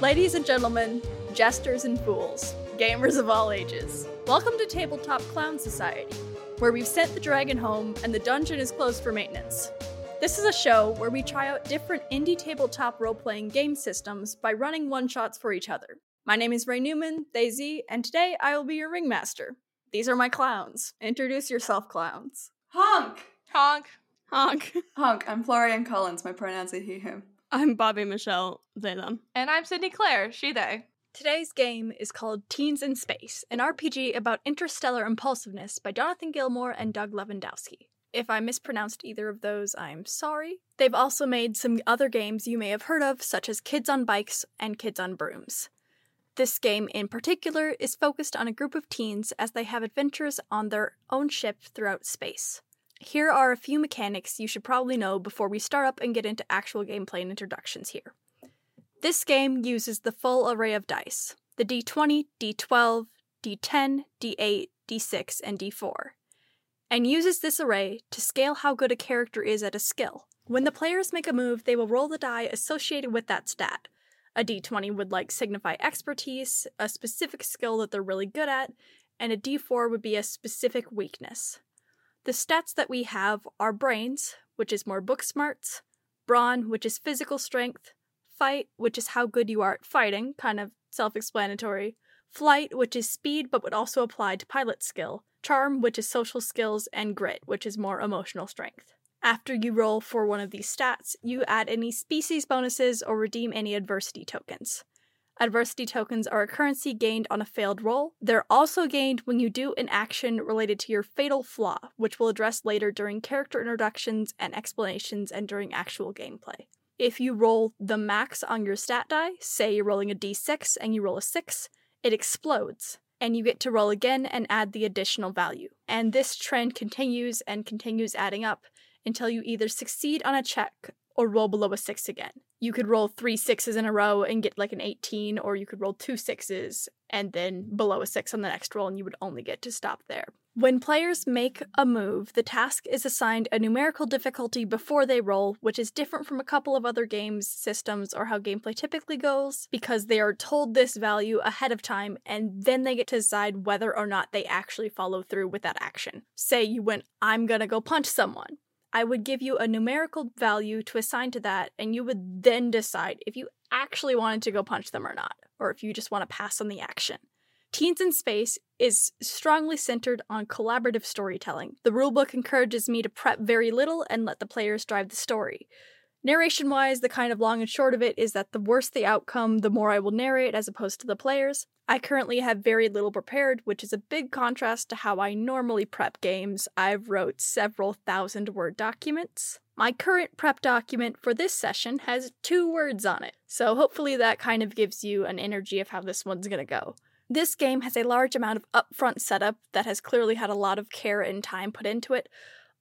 Ladies and gentlemen, jesters and fools, gamers of all ages, welcome to Tabletop Clown Society, where we've sent the dragon home and the dungeon is closed for maintenance. This is a show where we try out different indie tabletop role playing game systems by running one shots for each other. My name is Ray Newman, Daisy, and today I will be your ringmaster. These are my clowns. Introduce yourself, clowns. Honk! Honk. Honk. Honk, I'm Florian Collins. My pronouns are he, him. I'm Bobby Michelle. They them. And I'm Sydney Claire, she they. Today's game is called Teens in Space, an RPG about interstellar impulsiveness by Jonathan Gilmore and Doug Lewandowski. If I mispronounced either of those, I'm sorry. They've also made some other games you may have heard of, such as Kids on Bikes and Kids on Brooms. This game in particular is focused on a group of teens as they have adventures on their own ship throughout space. Here are a few mechanics you should probably know before we start up and get into actual gameplay and introductions here. This game uses the full array of dice the d20, d12, d10, d8, d6, and d4, and uses this array to scale how good a character is at a skill. When the players make a move, they will roll the die associated with that stat. A d20 would like signify expertise, a specific skill that they're really good at, and a d4 would be a specific weakness. The stats that we have are brains, which is more book smarts, brawn, which is physical strength, fight, which is how good you are at fighting, kind of self explanatory, flight, which is speed but would also apply to pilot skill, charm, which is social skills, and grit, which is more emotional strength. After you roll for one of these stats, you add any species bonuses or redeem any adversity tokens. Adversity tokens are a currency gained on a failed roll. They're also gained when you do an action related to your fatal flaw, which we'll address later during character introductions and explanations and during actual gameplay. If you roll the max on your stat die, say you're rolling a d6 and you roll a 6, it explodes, and you get to roll again and add the additional value. And this trend continues and continues adding up until you either succeed on a check or roll below a 6 again. You could roll three sixes in a row and get like an 18, or you could roll two sixes and then below a 6 on the next roll, and you would only get to stop there. When players make a move, the task is assigned a numerical difficulty before they roll, which is different from a couple of other games, systems, or how gameplay typically goes, because they are told this value ahead of time and then they get to decide whether or not they actually follow through with that action. Say you went, I'm gonna go punch someone. I would give you a numerical value to assign to that, and you would then decide if you actually wanted to go punch them or not, or if you just want to pass on the action. Teens in Space is strongly centered on collaborative storytelling. The rulebook encourages me to prep very little and let the players drive the story. Narration wise, the kind of long and short of it is that the worse the outcome, the more I will narrate as opposed to the players. I currently have very little prepared, which is a big contrast to how I normally prep games. I've wrote several thousand word documents. My current prep document for this session has two words on it, so hopefully that kind of gives you an energy of how this one's gonna go. This game has a large amount of upfront setup that has clearly had a lot of care and time put into it,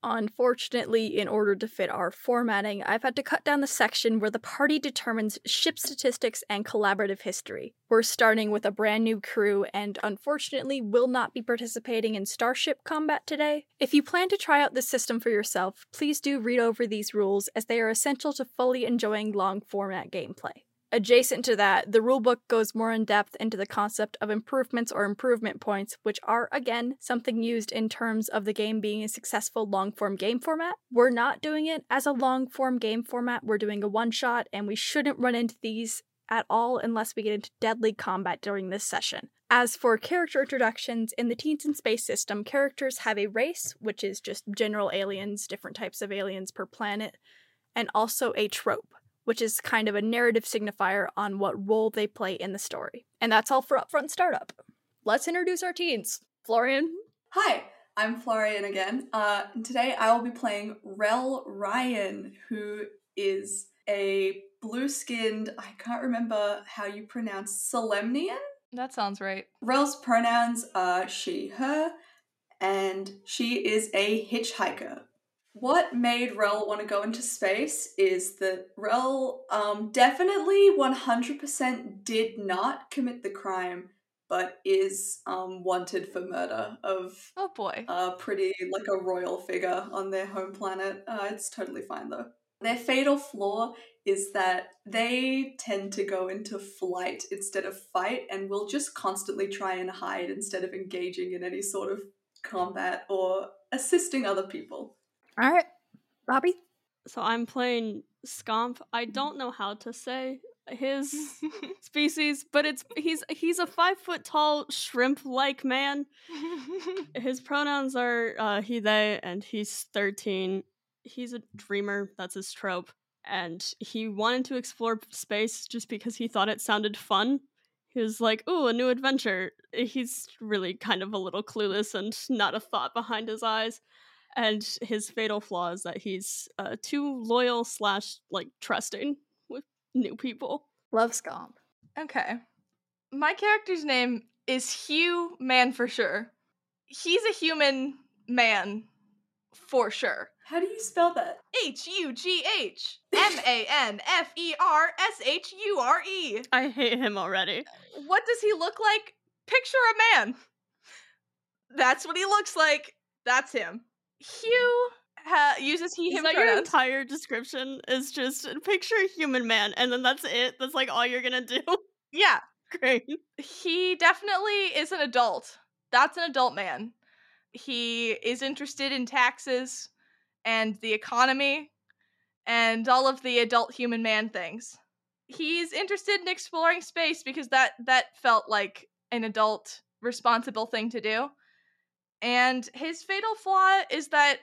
Unfortunately, in order to fit our formatting, I've had to cut down the section where the party determines ship statistics and collaborative history. We're starting with a brand new crew and unfortunately will not be participating in starship combat today. If you plan to try out this system for yourself, please do read over these rules as they are essential to fully enjoying long format gameplay. Adjacent to that, the rulebook goes more in depth into the concept of improvements or improvement points, which are, again, something used in terms of the game being a successful long form game format. We're not doing it as a long form game format, we're doing a one shot, and we shouldn't run into these at all unless we get into deadly combat during this session. As for character introductions, in the Teens in Space system, characters have a race, which is just general aliens, different types of aliens per planet, and also a trope which is kind of a narrative signifier on what role they play in the story. And that's all for Upfront Startup. Let's introduce our teens. Florian, Hi, I'm Florian again. Uh, and today I will be playing Rel Ryan, who is a blue skinned, I can't remember how you pronounce Solemnian? That sounds right. Rel's pronouns are she, her, and she is a hitchhiker. What made Rel want to go into space is that Rel um, definitely 100% did not commit the crime, but is um, wanted for murder of Oh boy. a pretty, like a royal figure on their home planet. Uh, it's totally fine though. Their fatal flaw is that they tend to go into flight instead of fight and will just constantly try and hide instead of engaging in any sort of combat or assisting other people. All right, Robbie. So I'm playing Scomp. I don't know how to say his species, but it's he's he's a five foot tall shrimp like man. His pronouns are uh, he they, and he's thirteen. He's a dreamer. That's his trope. And he wanted to explore space just because he thought it sounded fun. He was like, "Ooh, a new adventure." He's really kind of a little clueless and not a thought behind his eyes and his fatal flaw is that he's uh, too loyal slash like trusting with new people. Love Scomp. okay. My character's name is Hugh Man for sure. He's a human man for sure. How do you spell that? H U G H M A N F E R S H U R E. I hate him already. What does he look like? Picture a man. That's what he looks like. That's him. Hugh ha- uses he Is him that your pronouns. entire description? Is just uh, picture a human man, and then that's it. That's like all you're gonna do. yeah, Great. he definitely is an adult. That's an adult man. He is interested in taxes and the economy and all of the adult human man things. He's interested in exploring space because that that felt like an adult responsible thing to do. And his fatal flaw is that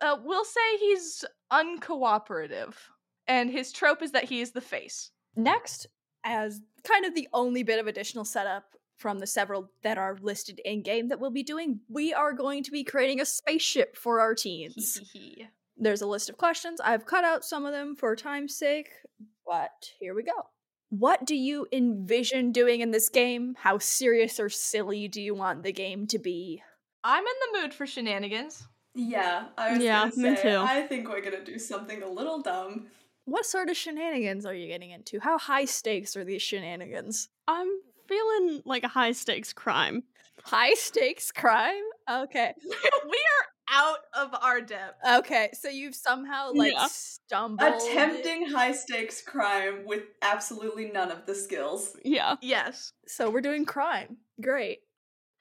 uh, we'll say he's uncooperative, and his trope is that he is the face. Next, as kind of the only bit of additional setup from the several that are listed in game that we'll be doing, we are going to be creating a spaceship for our teens. There's a list of questions. I've cut out some of them for time's sake, but here we go. What do you envision doing in this game? How serious or silly do you want the game to be? I'm in the mood for shenanigans. Yeah, I was Yeah, gonna me say, too. I think we're gonna do something a little dumb. What sort of shenanigans are you getting into? How high stakes are these shenanigans? I'm feeling like a high stakes crime. High stakes crime? Okay. we are out of our depth. Okay, so you've somehow like Yeah. stumbled Attempting high stakes crime with absolutely none of the skills. Yeah. Yes. So we're doing crime. Great.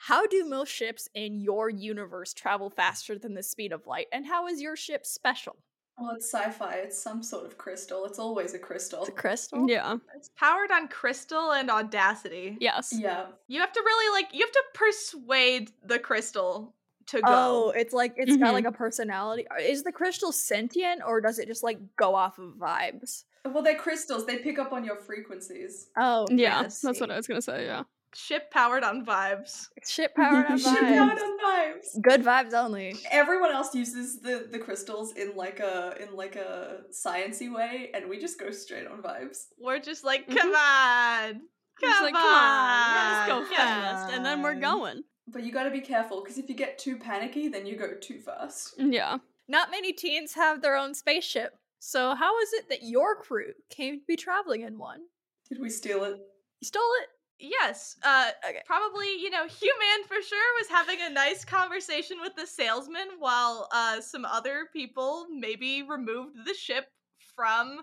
How do most ships in your universe travel faster than the speed of light? And how is your ship special? Well, it's sci fi, it's some sort of crystal, it's always a crystal. It's a crystal. Yeah. It's powered on crystal and audacity. Yes. Yeah. You have to really like you have to persuade the crystal to Oh, go. it's like it's got Mhm. like a personality. uh, Is the crystal sentient or does it just like go off of vibes? Well, they're crystals, they pick up on your frequencies. Oh, Yeah. fantasy. That's what I was gonna say. Yeah. Ship powered on vibes. Ship powered on Shit, vibes. now it on vibes. Good vibes only. Everyone else uses the, the crystals in like a in like a sciency way, and we just go straight on vibes. We're just like, Mhm. come on. I'm just Come like, come on, yeah, let's go on. fast, and then we're Come going. But you gotta be careful because if you get too panicky, then you go too fast. Yeah. Not many teens have their own spaceship. So how is it that your crew came to be traveling in one? Did we steal it? You stole it. Yes. Uh Okay. probably, you know, human for sure was having a nice conversation with the salesman while uh some other people maybe removed the ship from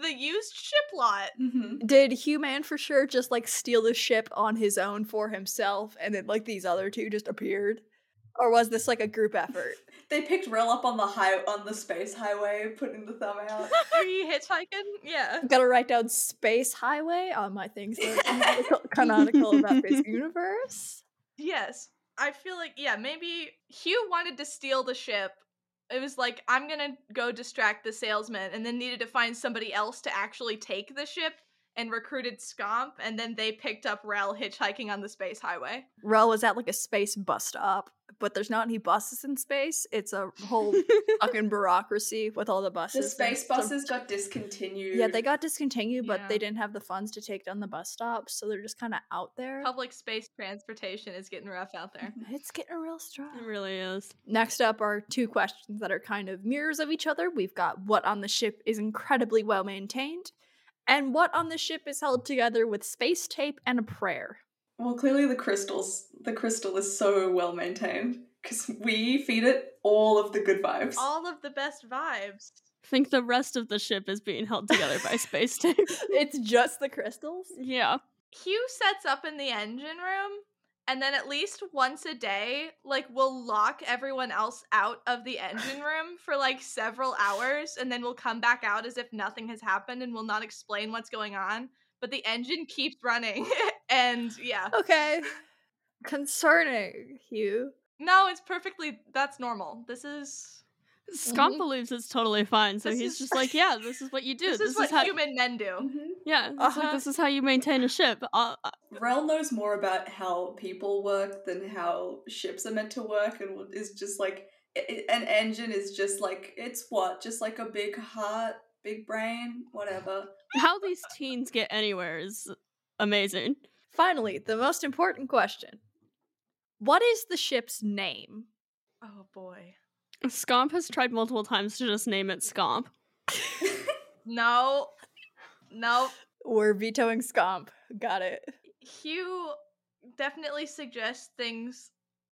the used ship lot. Mm-hmm. Did Hugh Man for sure just like steal the ship on his own for himself and then like these other two just appeared? Or was this like a group effort? They picked Rel up on the high on the space highway, putting the thumb out. Are you hitchhiking? Yeah. Gotta write down Space Highway on my things that are canonical, canonical about this universe. Yes. I feel like, yeah, maybe Hugh wanted to steal the ship. It was like, I'm gonna go distract the salesman, and then needed to find somebody else to actually take the ship and recruited Scomp, and then they picked up Rel hitchhiking on the space highway. Rel was at like a space bus stop, but there's not any buses in space. It's a whole fucking bureaucracy with all the The buses. and space some- buses got discontinued. Yeah, they got discontinued, but they Yeah. didn't have the funds to take down the bus stops, so they're just kind of out there. Public space transportation is getting rough out there. It's getting real strong. It really is. Next up are two questions that are kind of mirrors of each other. We've got what on the ship is incredibly well maintained, and what on the ship is held together with space tape and a prayer. Well, clearly the crystals. The crystal is so well maintained because we feed it all of the good vibes. All of the best vibes. think the rest of the ship is being held together by space tape. it's just the crystals. Yeah. Hugh sets up in the engine room, and then at least once a day, like, we'll lock everyone else out of the engine room for like several hours, and then we'll come back out as if nothing has happened and we'll not explain what's going on. But the engine keeps running, and yeah. Okay. Concerning, Hugh. No, it's perfectly, that's normal. This is. Scott believes it's totally fine, so Mm-hmm. This he's is- just like, yeah, this is what you do. This, is, Mm-hmm. what how, human men do. Mm-hmm. yeah, he's like, Uh-huh. this is how you maintain a ship. Uh, uh, Rel knows more about how people work than how ships are meant to work, and what is just like i- i- an engine is just like it's what just like a big heart, big brain, whatever. how these teens get anywhere is amazing. Finally, the most important question. What is the ship's name? Oh boy. Scomp has tried multiple times to just name it Scomp. No. No. We're vetoing Scomp. Got it. Hugh definitely suggests things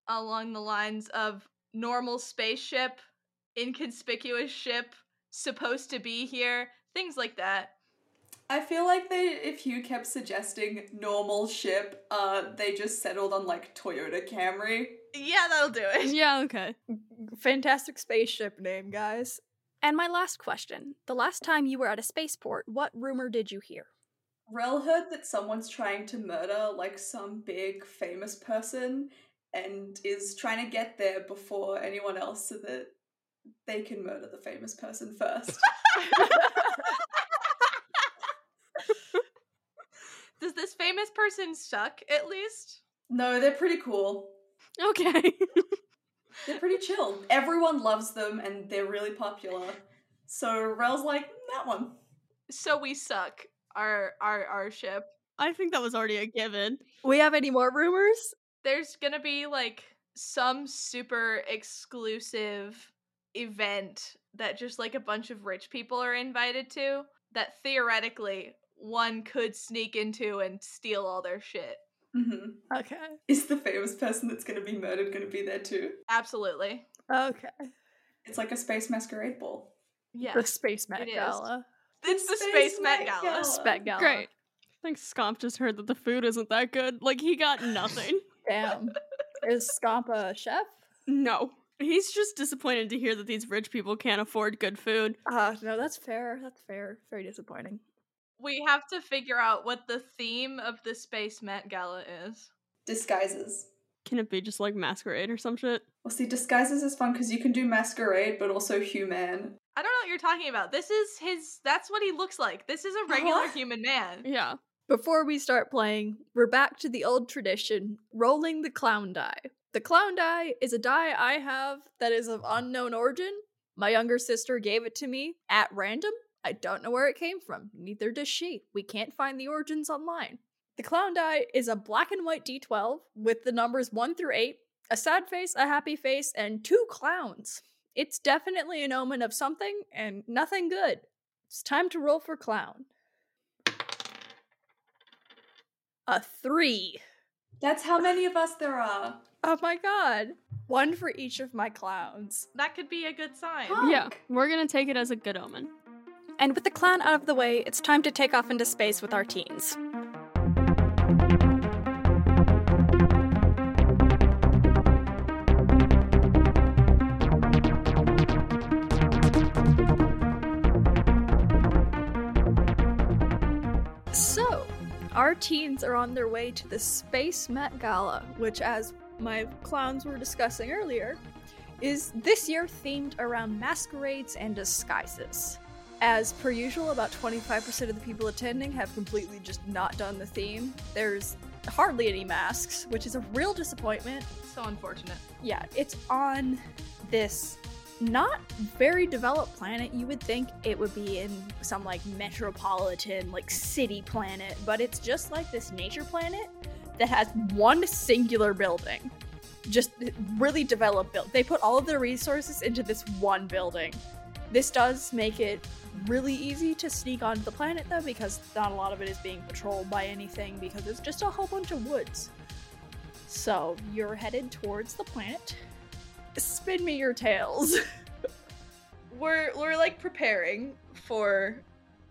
along the lines of normal spaceship, inconspicuous ship, supposed to be here, things like that. I feel like they, if you kept suggesting normal ship, uh, they just settled on like Toyota Camry. Yeah, that'll do it. Yeah, okay. Fantastic spaceship name, guys. And my last question. The last time you were at a spaceport, what rumor did you hear? Rel heard that someone's trying to murder like some big famous person and is trying to get there before anyone else so that they can murder the famous person first. Does this famous person suck at least? no, they're pretty cool. Okay. They're pretty chill. Everyone loves them and they're really popular. So Rel's like, "Mm, that one. So we suck. Our our our ship. I think that was already a given. We have any more rumors? There's going to be like some super exclusive event that just like a bunch of rich people are invited to that theoretically one could sneak into and steal all their shit. hmm Okay. Is the famous person that's going to be murdered going to be there too? Absolutely. Okay. It's like a space masquerade ball. Yeah. The Space Met It is. Gala. Um, it's the Space Space Met Met Gala. Gala. Spet Gala. Great. I think Scomp just heard that the food isn't that good. Like, he got nothing. Damn. is Scomp a chef? no. He's just disappointed to hear that these rich people can't afford good food. Uh, no, that's fair. That's fair. Very disappointing. We have to figure out what the theme of the Space Met Gala is. Disguises. Can it be just like masquerade or some shit? Well, see, disguises is fun because you can do masquerade, but also human. I don't know what you're talking about. This is his that's what he looks like. This is a regular What? human man. Yeah. Before we start playing, we're back to the old tradition rolling the clown die. The clown die is a die I have that is of unknown origin. My younger sister gave it to me at random. I don't know where it came from, neither does she. We can't find the origins online. The clown die is a black and white d12 with the numbers 1 through 8, a sad face, a happy face, and two clowns. It's definitely an omen of something and nothing good. It's time to roll for clown. A three. That's how many of us there are. Oh my god. One for each of my clowns. That could be a good sign. Yeah. Fuck. We're gonna take it as a good omen. And with the clown out of the way, it's time to take off into space with our teens. So, our teens are on their way to the Space Met Gala, which, as my clowns were discussing earlier, is this year themed around masquerades and disguises. As per usual, about 25% of the people attending have completely just not done the theme. There's hardly any masks, which is a real disappointment. So unfortunate. Yeah, it's on this not very developed planet. You would think it would be in some like metropolitan, like city planet, but it's just like this nature planet that has one singular building. Just really developed build. They put all of their resources into this one building. This does make it really easy to sneak onto the planet though, because not a lot of it is being patrolled by anything because it's just a whole bunch of woods. So you're headed towards the planet. Spin me your tails. we're we're like preparing for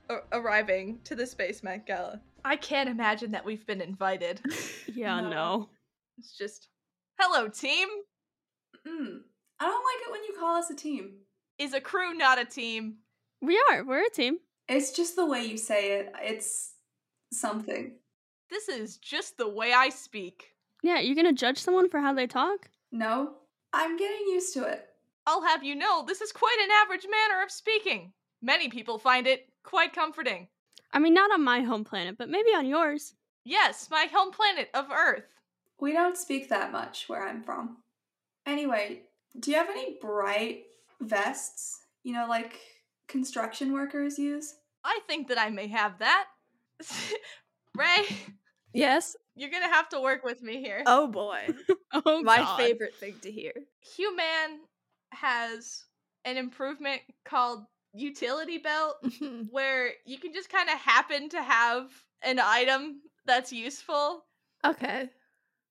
a- arriving to the Space Met Gala. I can't imagine that we've been invited. Yeah, No. no. It's just, hello, team. Mm. I don't like it when you call us a team. Is a crew not a team? We are. We're a team. It's just the way you say it. It's something. This is just the way I speak. Yeah, you're gonna judge someone for how they talk? No, I'm getting used to it. I'll have you know this is quite an average manner of speaking. Many people find it quite comforting. I mean, not on my home planet, but maybe on yours. Yes, my home planet of Earth. We don't speak that much where I'm from. Anyway, do you have any bright vests? You know, like construction workers use? I think that I may have that. Ray, Yes. you're gonna have to work with me here. Oh boy. Oh, My God. favorite thing to hear. Human has an improvement called utility belt where you can just kind of happen to have an item that's useful. okay.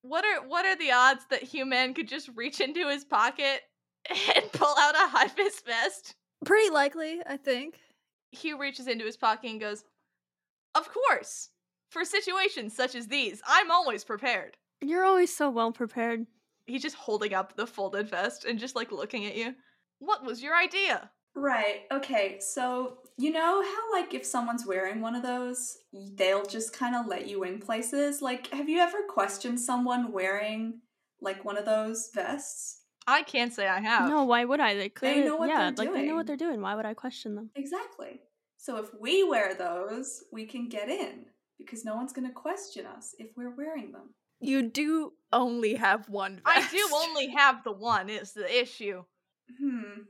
What are what are the odds that Human could just reach into his pocket and pull out a high vis vest? Pretty likely, I think. Hugh reaches into his pocket and goes, Of course! For situations such as these, I'm always prepared. You're always so well prepared. He's just holding up the folded vest and just like looking at you. What was your idea? Right, okay, so you know how, like, if someone's wearing one of those, they'll just kind of let you in places? Like, have you ever questioned someone wearing, like, one of those vests? I can't say I have. No, why would I? They clearly, know what yeah, they're like they know doing. what they're doing. Why would I question them? Exactly. So if we wear those, we can get in because no one's going to question us if we're wearing them. You do only have one vest. I do only have the one, is the issue. Hmm.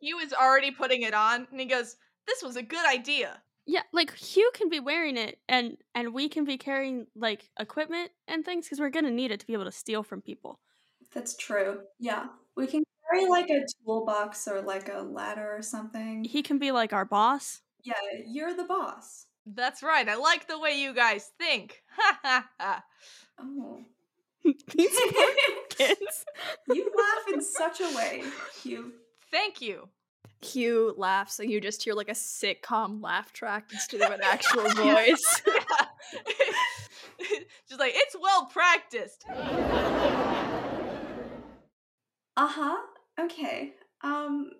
Hugh is already putting it on and he goes, This was a good idea. Yeah, like Hugh can be wearing it, and and we can be carrying like equipment and things because we're gonna need it to be able to steal from people. That's true. Yeah. We can carry like a toolbox or like a ladder or something. He can be like our boss. Yeah, you're the boss. That's right, I like the way you guys think. Ha ha ha. Oh. These kids. you laugh in such a way, Hugh. Thank you. Hugh laughs, and you just hear like a sitcom laugh track instead of an actual voice. just like, It's well practiced. Uh huh. Okay. Um,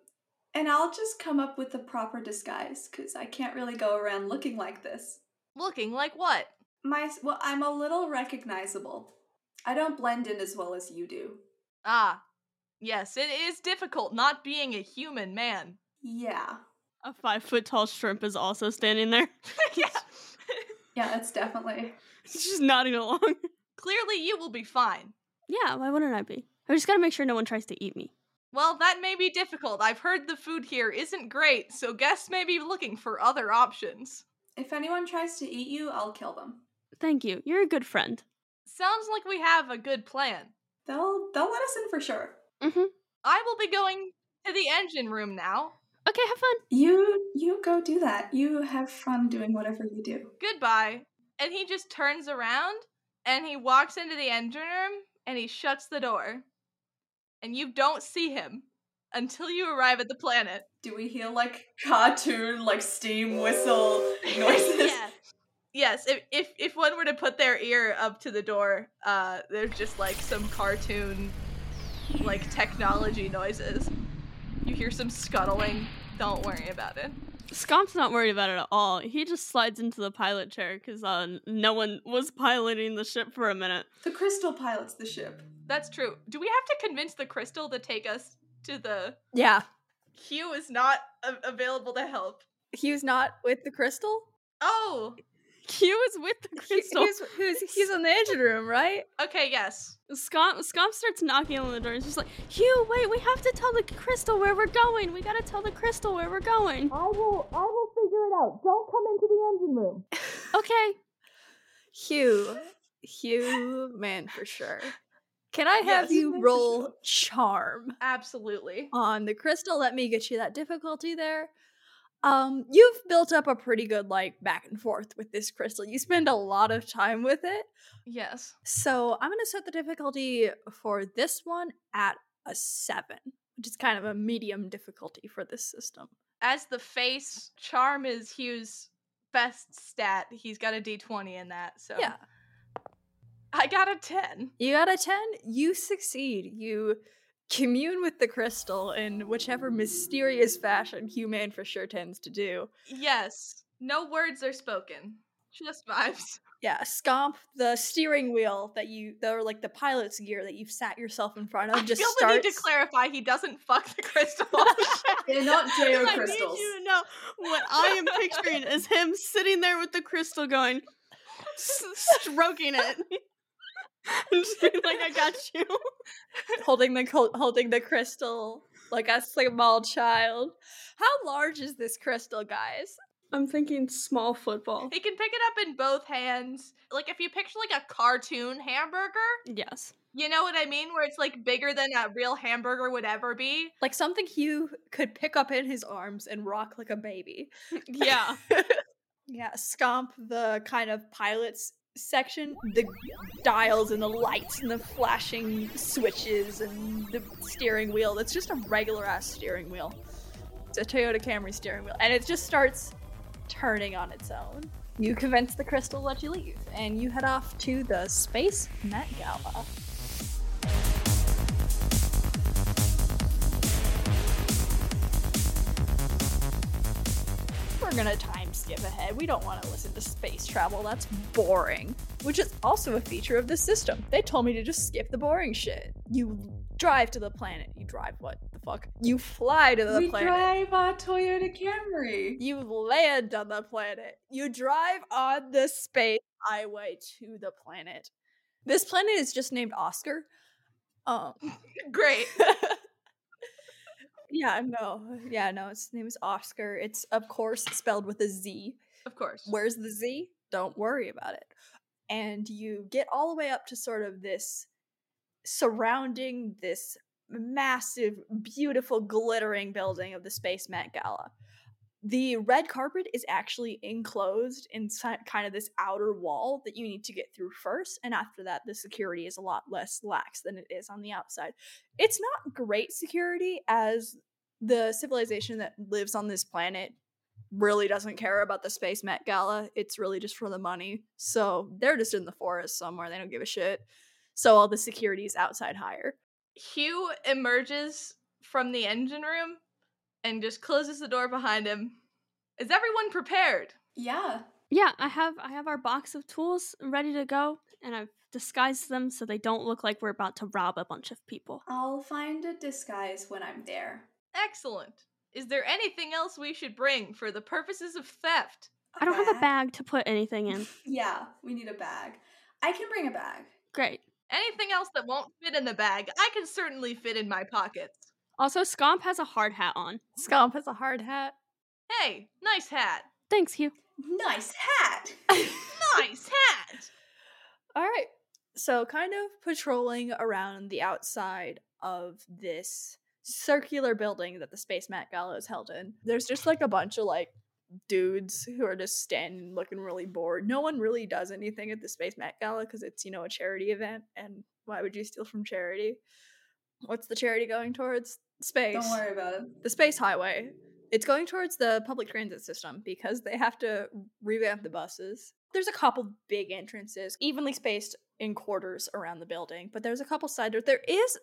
and I'll just come up with the proper disguise because I can't really go around looking like this. Looking like what? My well, I'm a little recognizable. I don't blend in as well as you do. Ah, yes, it is difficult not being a human man. Yeah, A five foot tall shrimp is also standing there. Yeah. yeah, that's definitely. He's just nodding along. Clearly, you will be fine. Yeah, why wouldn't I be? I just gotta make sure no one tries to eat me. Well, that may be difficult. I've heard the food here isn't great, so guests may be looking for other options. If anyone tries to eat you, I'll kill them. Thank you. You're a good friend. Sounds like we have a good plan. They'll they'll let us in for sure. Mm-hmm. I will be going to the engine room now. Okay, have fun. You you go do that. You have fun doing whatever you do. Goodbye. And he just turns around and he walks into the engine room and he shuts the door. And you don't see him until you arrive at the planet. Do we hear like cartoon like steam whistle noises? yeah. Yes, if, if if one were to put their ear up to the door, uh, there's just like some cartoon, like technology noises. You hear some scuttling. Don't worry about it. Scomp's not worried about it at all. He just slides into the pilot chair because uh, no one was piloting the ship for a minute. The crystal pilots the ship. That's true. Do we have to convince the crystal to take us to the? yeah. Hugh is not a- available to help. Hugh's not with the crystal? Oh, Q is with the He- crystal. He's, he's, he's in the engine room, right? okay. Yes. Scomp, Scomp starts knocking on the door. He's just like, Hugh, wait, we have to tell the crystal where we're going. We gotta tell the crystal where we're going. I will. I will figure it out. Don't come into the engine room. Okay. Hugh. Hugh, man, for sure. Can I have Yes. you roll charm Absolutely. on the crystal? Let me get you that difficulty there. Um, you've built up a pretty good like back and forth with this crystal. You spend a lot of time with it. Yes. So I'm going to set the difficulty for this one at a seven, which is kind of a medium difficulty for this system. As the face, charm is Hugh's best stat. He's got a d20 in that. So Yeah. I got a 10. You got a 10, you succeed. You commune with the crystal in whichever mysterious fashion human for sure tends to do. Yes. No words are spoken. Just vibes. Yeah, scomp the steering wheel that you, or like the pilot's gear that you've sat yourself in front of, I just feel the starts. need to clarify he doesn't fuck the crystal. I They're not geo I need crystals. you to know what I am picturing is him sitting there with the crystal going, s- stroking it. and just being like, I got you. holding the col- holding the crystal like a small child. How large is this crystal, guys? I'm thinking small football. He can pick it up in both hands. Like if you picture like a cartoon hamburger, Yes. you know what I mean? Where it's like bigger than a real hamburger would ever be. Like something Hugh could pick up in his arms and rock like a baby. Mm, Yeah. Yeah, scomp the kind of pilots section, the dials and the lights and the flashing switches and the steering wheel. That's just a regular ass steering wheel. It's a Toyota Camry steering wheel, and it just starts turning on its own. You convince the crystal to let you leave, and you head off to the Space Met Gala. We're gonna time skip ahead. We don't want to listen to space travel. That's boring. Which is also a feature of this system. They told me to just skip the boring shit. You drive to the planet. You drive what the fuck? You fly to the We planet. drive our Toyota Camry. You land on the planet. You drive on the space highway to the planet. This planet is just named Oscar. Um, Great. yeah, no, yeah, no. Its name is Oscar. It's of course spelled with a Z. Of course. Where's the Z? Don't worry about it. And you get all the way up to sort of this surrounding this massive, beautiful, glittering building of the Space Met Gala. The red carpet is actually enclosed in si- kind of this outer wall that you need to get through first. And after that, the security is a lot less lax than it is on the outside. It's not great security, as the civilization that lives on this planet really doesn't care about the Space Met Gala. It's really just for the money. So they're just in the forest somewhere. They don't give a shit. So all the security is outside higher. Hugh emerges from the engine room and just closes the door behind him. Is everyone prepared? Yeah. Yeah, I have I have our box of tools ready to go, and I've disguised them so they don't look like we're about to rob a bunch of people. I'll find a disguise when I'm there. Excellent. Is there anything else we should bring for the purposes of theft? I I don't have a bag to put anything in. Yeah, we need a bag. I can bring a bag. Great. Anything else that won't fit in the bag? I can certainly fit in my pockets. Also, Scomp has a hard hat on. Scomp has a hard hat. Hey, nice hat. Thanks, Hugh. Nice hat. Nice hat. All right. So, kind of patrolling around the outside of this circular building that the Space Mat Gala is held in, there's just like a bunch of like dudes who are just standing looking really bored. No one really does anything at the Space Mat Gala because it's, you know, a charity event. And why would you steal from charity? What's the charity going towards? Space Don't worry about it. the space highway. It's going towards the public transit system because they have to revamp the buses. There's a couple big entrances, evenly spaced in quarters around the building, but there's a couple side doors. There is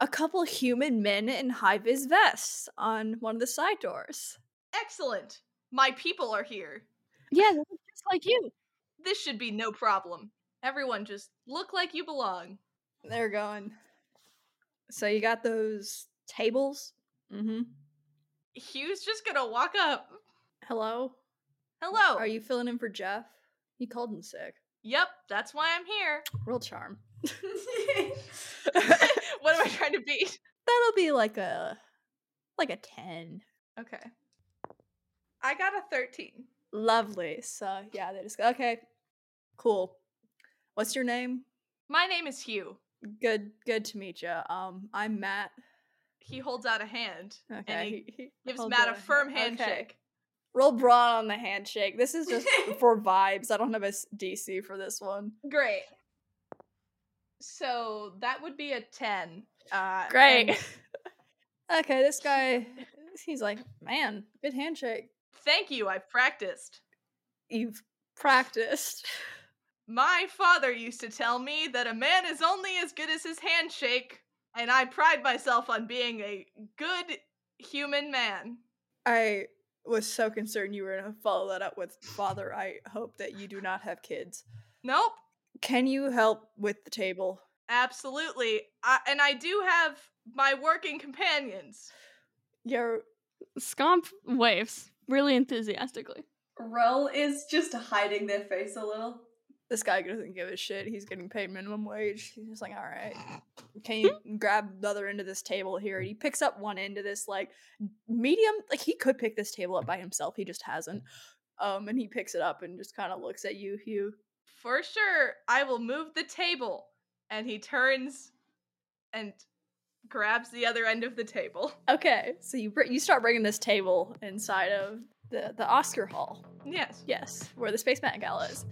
a couple human men in high vis vests on one of the side doors. Excellent. My people are here. Yeah, they look just like you. This should be no problem. Everyone just look like you belong. They're going. So you got those tables? Mm hmm. Hugh's just gonna walk up. Hello? Hello. Are you filling in for Jeff? He called in sick. Yep, that's why I'm here. Real charm. what am I trying to beat? That'll be like a like a 10. Okay. I got a 13. Lovely. So yeah, they just go, okay, cool. What's your name? My name is Hugh. Good, good to meet you. Um, I'm Matt. He holds out a hand and he Okay, he- he gives holds Matt a out firm hand. Okay. handshake. Roll brawn on the handshake. This is just for vibes. I don't have a s- DC for this one. Great. So that would be a 10. Uh, Great. and okay, this guy Max. He's like, man, good handshake. Thank you, I've practiced. You've practiced. My father used to tell me that a man is only as good as his handshake, and I pride myself on being a good human man. I was so concerned you were going to follow that up with, Father, I hope that you do not have kids. Nope, Can you help with the table? absolutely. I, and I do have my working companions. Your Scomp waves really enthusiastically. Rel is just hiding their face a little. this guy doesn't give a shit. He's getting paid minimum wage. He's just like, all right, can you grab the other end of this table here? And he picks up one end of this like medium. Like he could pick this table up by himself. He just hasn't. Um, and he picks it up and just kind of looks at you, Hugh. For sure, I will move the table. And he turns and grabs the other end of the table. Okay, so you br- you start bringing this table inside of the the Oscar Hall. Yes. Yes, where the Spaceman Gala is.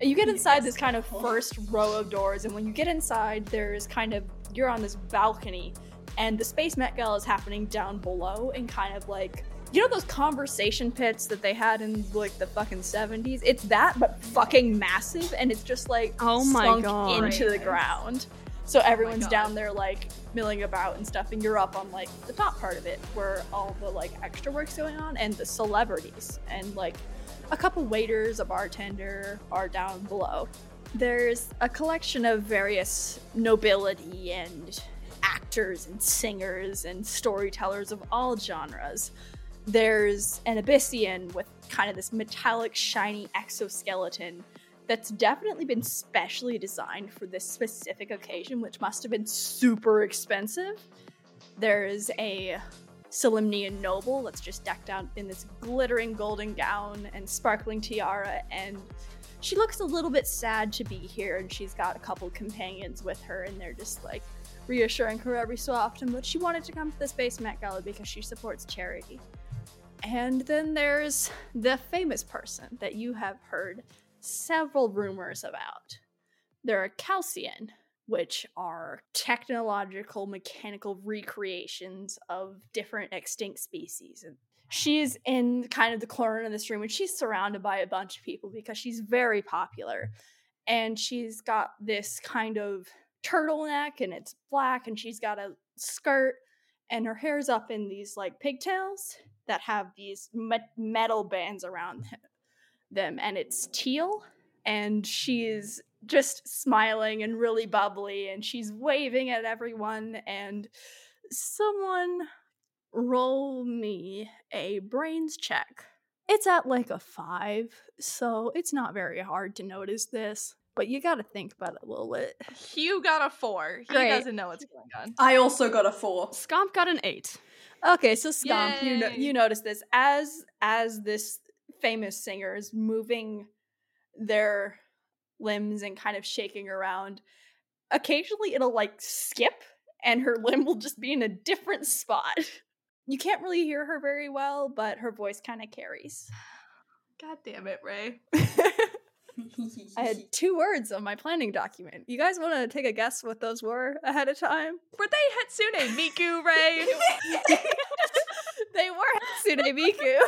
And you get inside this kind of first row of doors, and when you get inside, there's kind of you're on this balcony, and the Space Met Gala is happening down below, and kind of like you know those conversation pits that they had in like the fucking seventies. It's that, but fucking massive, and it's just like Oh my slunk God. into the ground. So everyone's God. down there like milling about and stuff, and you're up on like the top part of it where all the like extra work's going on and the celebrities and like a couple waiters, a bartender are down below. There's a collection of various nobility and actors and singers and storytellers of all genres. There's an Abyssian with kind of this metallic, shiny exoskeleton that's definitely been specially designed for this specific occasion, which must have been super expensive. There is a Solemnian noble that's just decked out in this glittering golden gown and sparkling tiara, and she looks a little bit sad to be here, and she's got a couple companions with her, and they're just like reassuring her every so often that she wanted to come to the Space Met Gala because she supports charity. And then there's the famous person that you have heard several rumors about. There are Calcian, which are technological mechanical recreations of different extinct species. And she is in kind of the corner of this room and she's surrounded by a bunch of people because she's very popular. And she's got this kind of turtleneck and it's black and she's got a skirt and her hair's up in these like pigtails that have these me- metal bands around them them and it's teal and she's just smiling and really bubbly and she's waving at everyone and someone roll me a brains check it's at like a five so it's not very hard to notice this but you gotta think about it a little bit Hugh got a four. He Great. doesn't know what's going on. I also got a four. Scomp got an eight. Okay, so Stomp, you know, Yay. you notice this as as this famous singer is moving their limbs and kind of shaking around. Occasionally, it'll like skip, and her limb will just be in a different spot. You can't really hear her very well, but her voice kind of carries. God damn it, Ray. I had two words on my planning document. You guys want to take a guess what those were ahead of time? Were they Hatsune Miku, Ray? they were Hatsune Miku.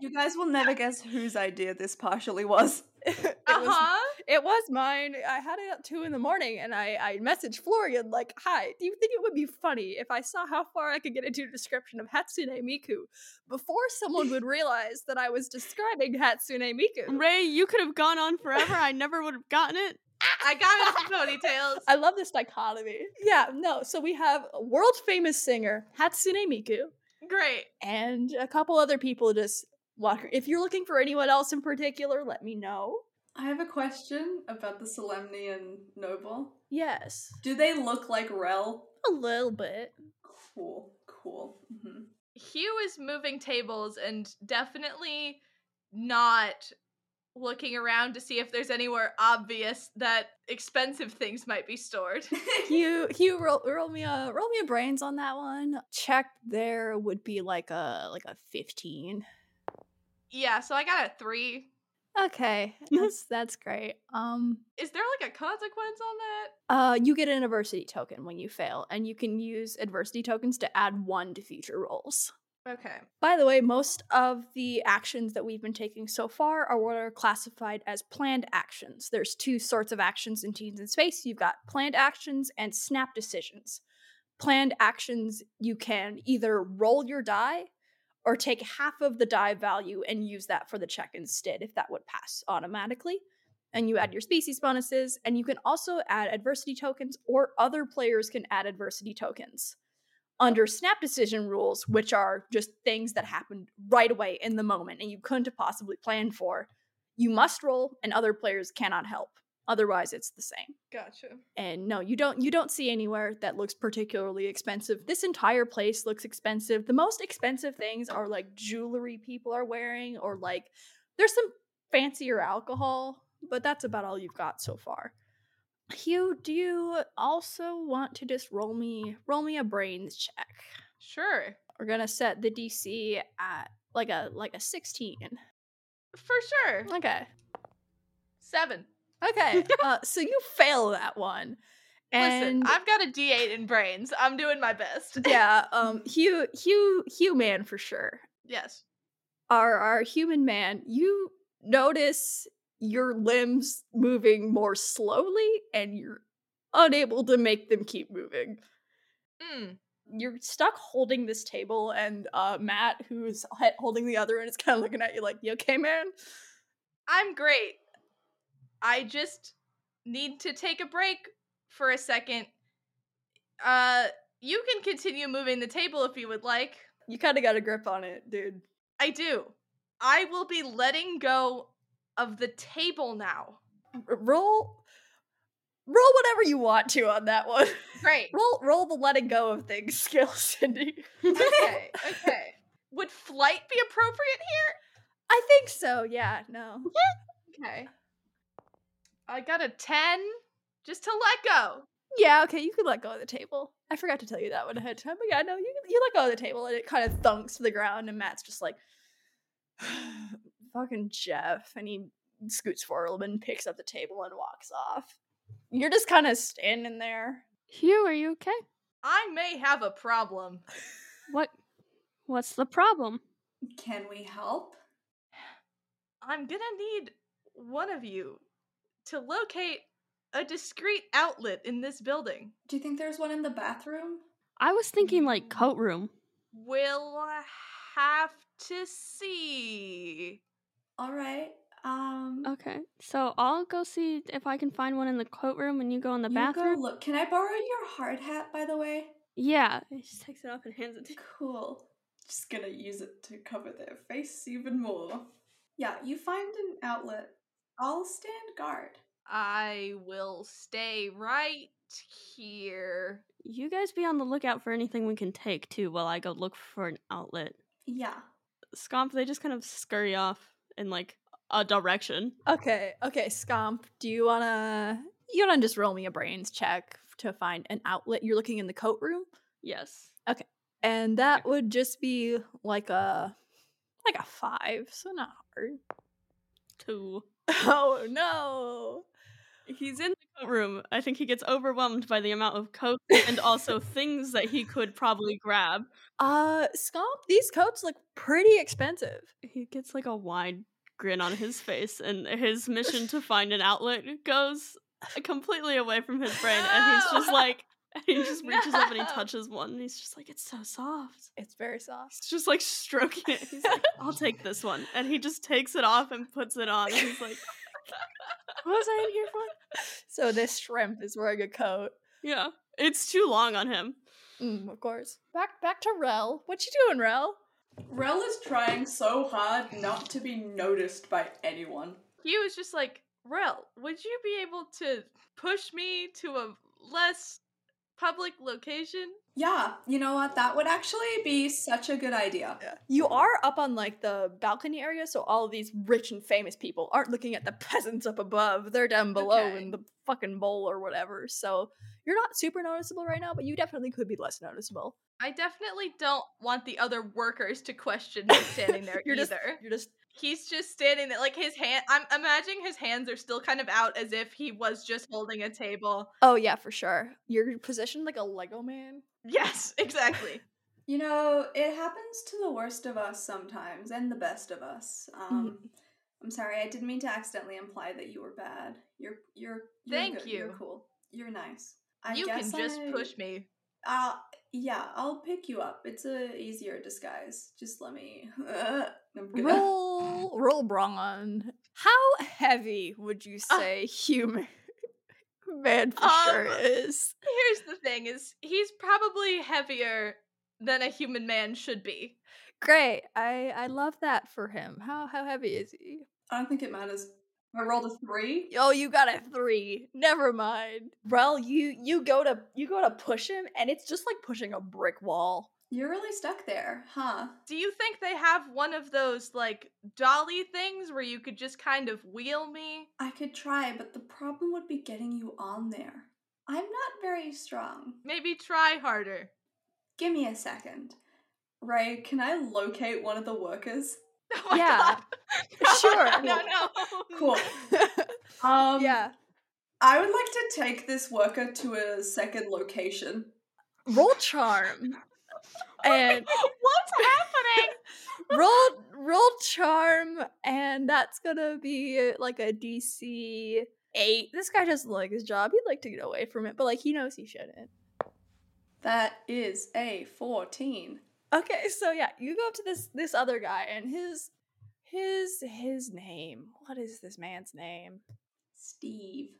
you guys will never guess whose idea this partially was. It uh was huh. It was mine. I had it at two in the morning, and I I messaged Florian like, "Hi, do you think it would be funny if I saw how far I could get into a description of Hatsune Miku before someone would realize that I was describing Hatsune Miku?" Ray, you could have gone on forever. I never would have gotten it. I got it some ponytails. I love this dichotomy. Yeah, no. So we have a world famous singer Hatsune Miku Great. and a couple other people just walk. If you're looking for anyone else in particular, let me know. I have a question about the Solemnian Noble. Yes, Do they look like Rel? a little bit. Cool, cool. hmm Hugh is moving tables and definitely not looking around to see if there's anywhere obvious that expensive things might be stored. Hugh, Hugh, roll, roll me a roll me a brains on that one. Check there would be like a like a fifteen. yeah, so I got a three. Okay, that's that's great. Um, Is there like a consequence on that? uh, you get an adversity token when you fail, and you can use adversity tokens to add one to future rolls. Okay. By the way, most of the actions that we've been taking so far are what are classified as planned actions. There's two sorts of actions in Teens in Space. You've got planned actions and snap decisions. Planned actions, you can either roll your die or take half of the die value and use that for the check instead, if that would pass automatically. And you add your species bonuses, and you can also add adversity tokens, or other players can add adversity tokens under snap decision rules, which are just things that happened right away in the moment and you couldn't have possibly planned for, you must roll and other players cannot help. Otherwise, it's the same. Gotcha. And no, you don't you don't see anywhere that looks particularly expensive. This entire place looks expensive. The most expensive things are like jewelry people are wearing or like there's some fancier alcohol, but that's about all you've got so far. Hugh, do you also want to just roll me roll me a brains check? Sure. We're gonna set the DC at like a like a sixteen. For sure. Okay. Seven. Okay. uh, so you fail that one. And Listen, I've got a D8 in brains. I'm doing my best. yeah, um, Hugh, Hugh, Hugh, man for sure. yes. Our our human man, you notice your limbs moving more slowly, and you're unable to make them keep moving. Mm. you're stuck holding this table and uh matt who's he- holding the other end is kind of looking at you like you okay man I'm great. I just need to take a break for a second. Uh, you can continue moving the table if you would like. you kind of got a grip on it dude I do. I will be letting go of the table now. R- roll roll whatever you want to on that one Great. roll roll the letting go of things skill cindy Okay. okay. Would flight be appropriate i think so yeah no here? Okay. I got a 10 just to let go. yeah okay you can let go of the table i forgot to tell you that one ahead of time but yeah no you, you let go of the table and it kind of thunks to the ground and matt's just like fucking jeff and he scoots forward a little bit and picks up the table and walks off. You're just kind of standing there. Hugh, are you okay? I may have a problem. What? What's the problem? Can we help? I'm gonna need one of you to locate a discrete outlet in this building. Do you think there's one in the bathroom? I was thinking like coat room. We'll have to see. All right. Um, Okay, so I'll go see if I can find one in the coat room, and you go in the you bathroom. Go look. Can I borrow your hard hat, by the way? yeah, he just takes it off and hands it to. Cool. Just gonna use it to cover their face even more. Yeah, you find an outlet. I'll stand guard. I will stay right here. You guys be on the lookout for anything we can take too, while I go look for an outlet. Yeah. Scomp, they just kind of scurry off in like a direction. Okay, okay, Scomp, do you wanna you wanna just roll me a brains check to find an outlet? You're looking in the coat room, Yes. and that would just be like a like a five, so not hard. Two. Oh no. He's in the coat room. I think he gets overwhelmed by the amount of coats and also things that he could probably grab. Uh Scomp, these coats look pretty expensive. He gets like a wide grin on his face, and his mission to find an outlet goes uh, completely away from his brain, and he's just No! like. And he just reaches up and he No. touches one, and he's just like, "It's so soft." It's very soft. He's just like stroking it. He's like, "I'll take this one," and he just takes it off and puts it on, and he's like, What was I in here for? So this shrimp is wearing a coat. Yeah. It's too long on him. Mm, of course. Back back to Rel. What you doing, Rel? Rel is trying so hard not to be noticed by anyone. He was just like, Rel, would you be able to push me to a less public location? Yeah, you know what? That would actually be such a good idea. You are up on like the balcony area, so all of these rich and famous people aren't looking at the peasants up above. They're down below Okay. in the fucking bowl or whatever. So you're not super noticeable right now, but you definitely could be less noticeable. I definitely don't want the other workers to question me standing there You're either. just you're just He's just standing there, like his hand. I'm imagining his hands are still kind of out, as if he was just holding a table. Oh yeah, for sure. You're positioned like a Lego man. Yes, exactly. You know, it happens to the worst of us sometimes, and the best of us. Mm-hmm. Um, I'm sorry, I didn't mean to accidentally imply that you were bad. You're you're, you're Thank good, You're you. cool. You're nice. I you can guess just I- push me. Uh, yeah, I'll pick you up. It's a easier disguise. Just let me. I'm gonna- Roll, roll Brongon. How heavy would you Uh. say human man for Um. sure is? Here's the thing: is he's probably heavier than a human man should be. Great, I I love that for him. How how heavy is he? I don't think it matters. I rolled a three. Oh, you got a three. Never mind. Well, you you go to you go to push him, and it's just like pushing a brick wall. You're really stuck there, huh? Do you think they have one of those like dolly things where you could just kind of wheel me? I could try, but the problem would be getting you on there. I'm not very strong. Maybe try harder. Give me a second. Ray, can I locate one of the workers? Oh my Yeah. God. Sure. no, no. Cool. Um, yeah. I would like to take this worker to a second location. Roll charm. and What's happening? roll roll charm and that's gonna be like a dc 8 this guy doesn't like his job he'd like to get away from it but like he knows he shouldn't That is a 14. okay so yeah you go up to this this other guy and his his his name what is this man's name Steve.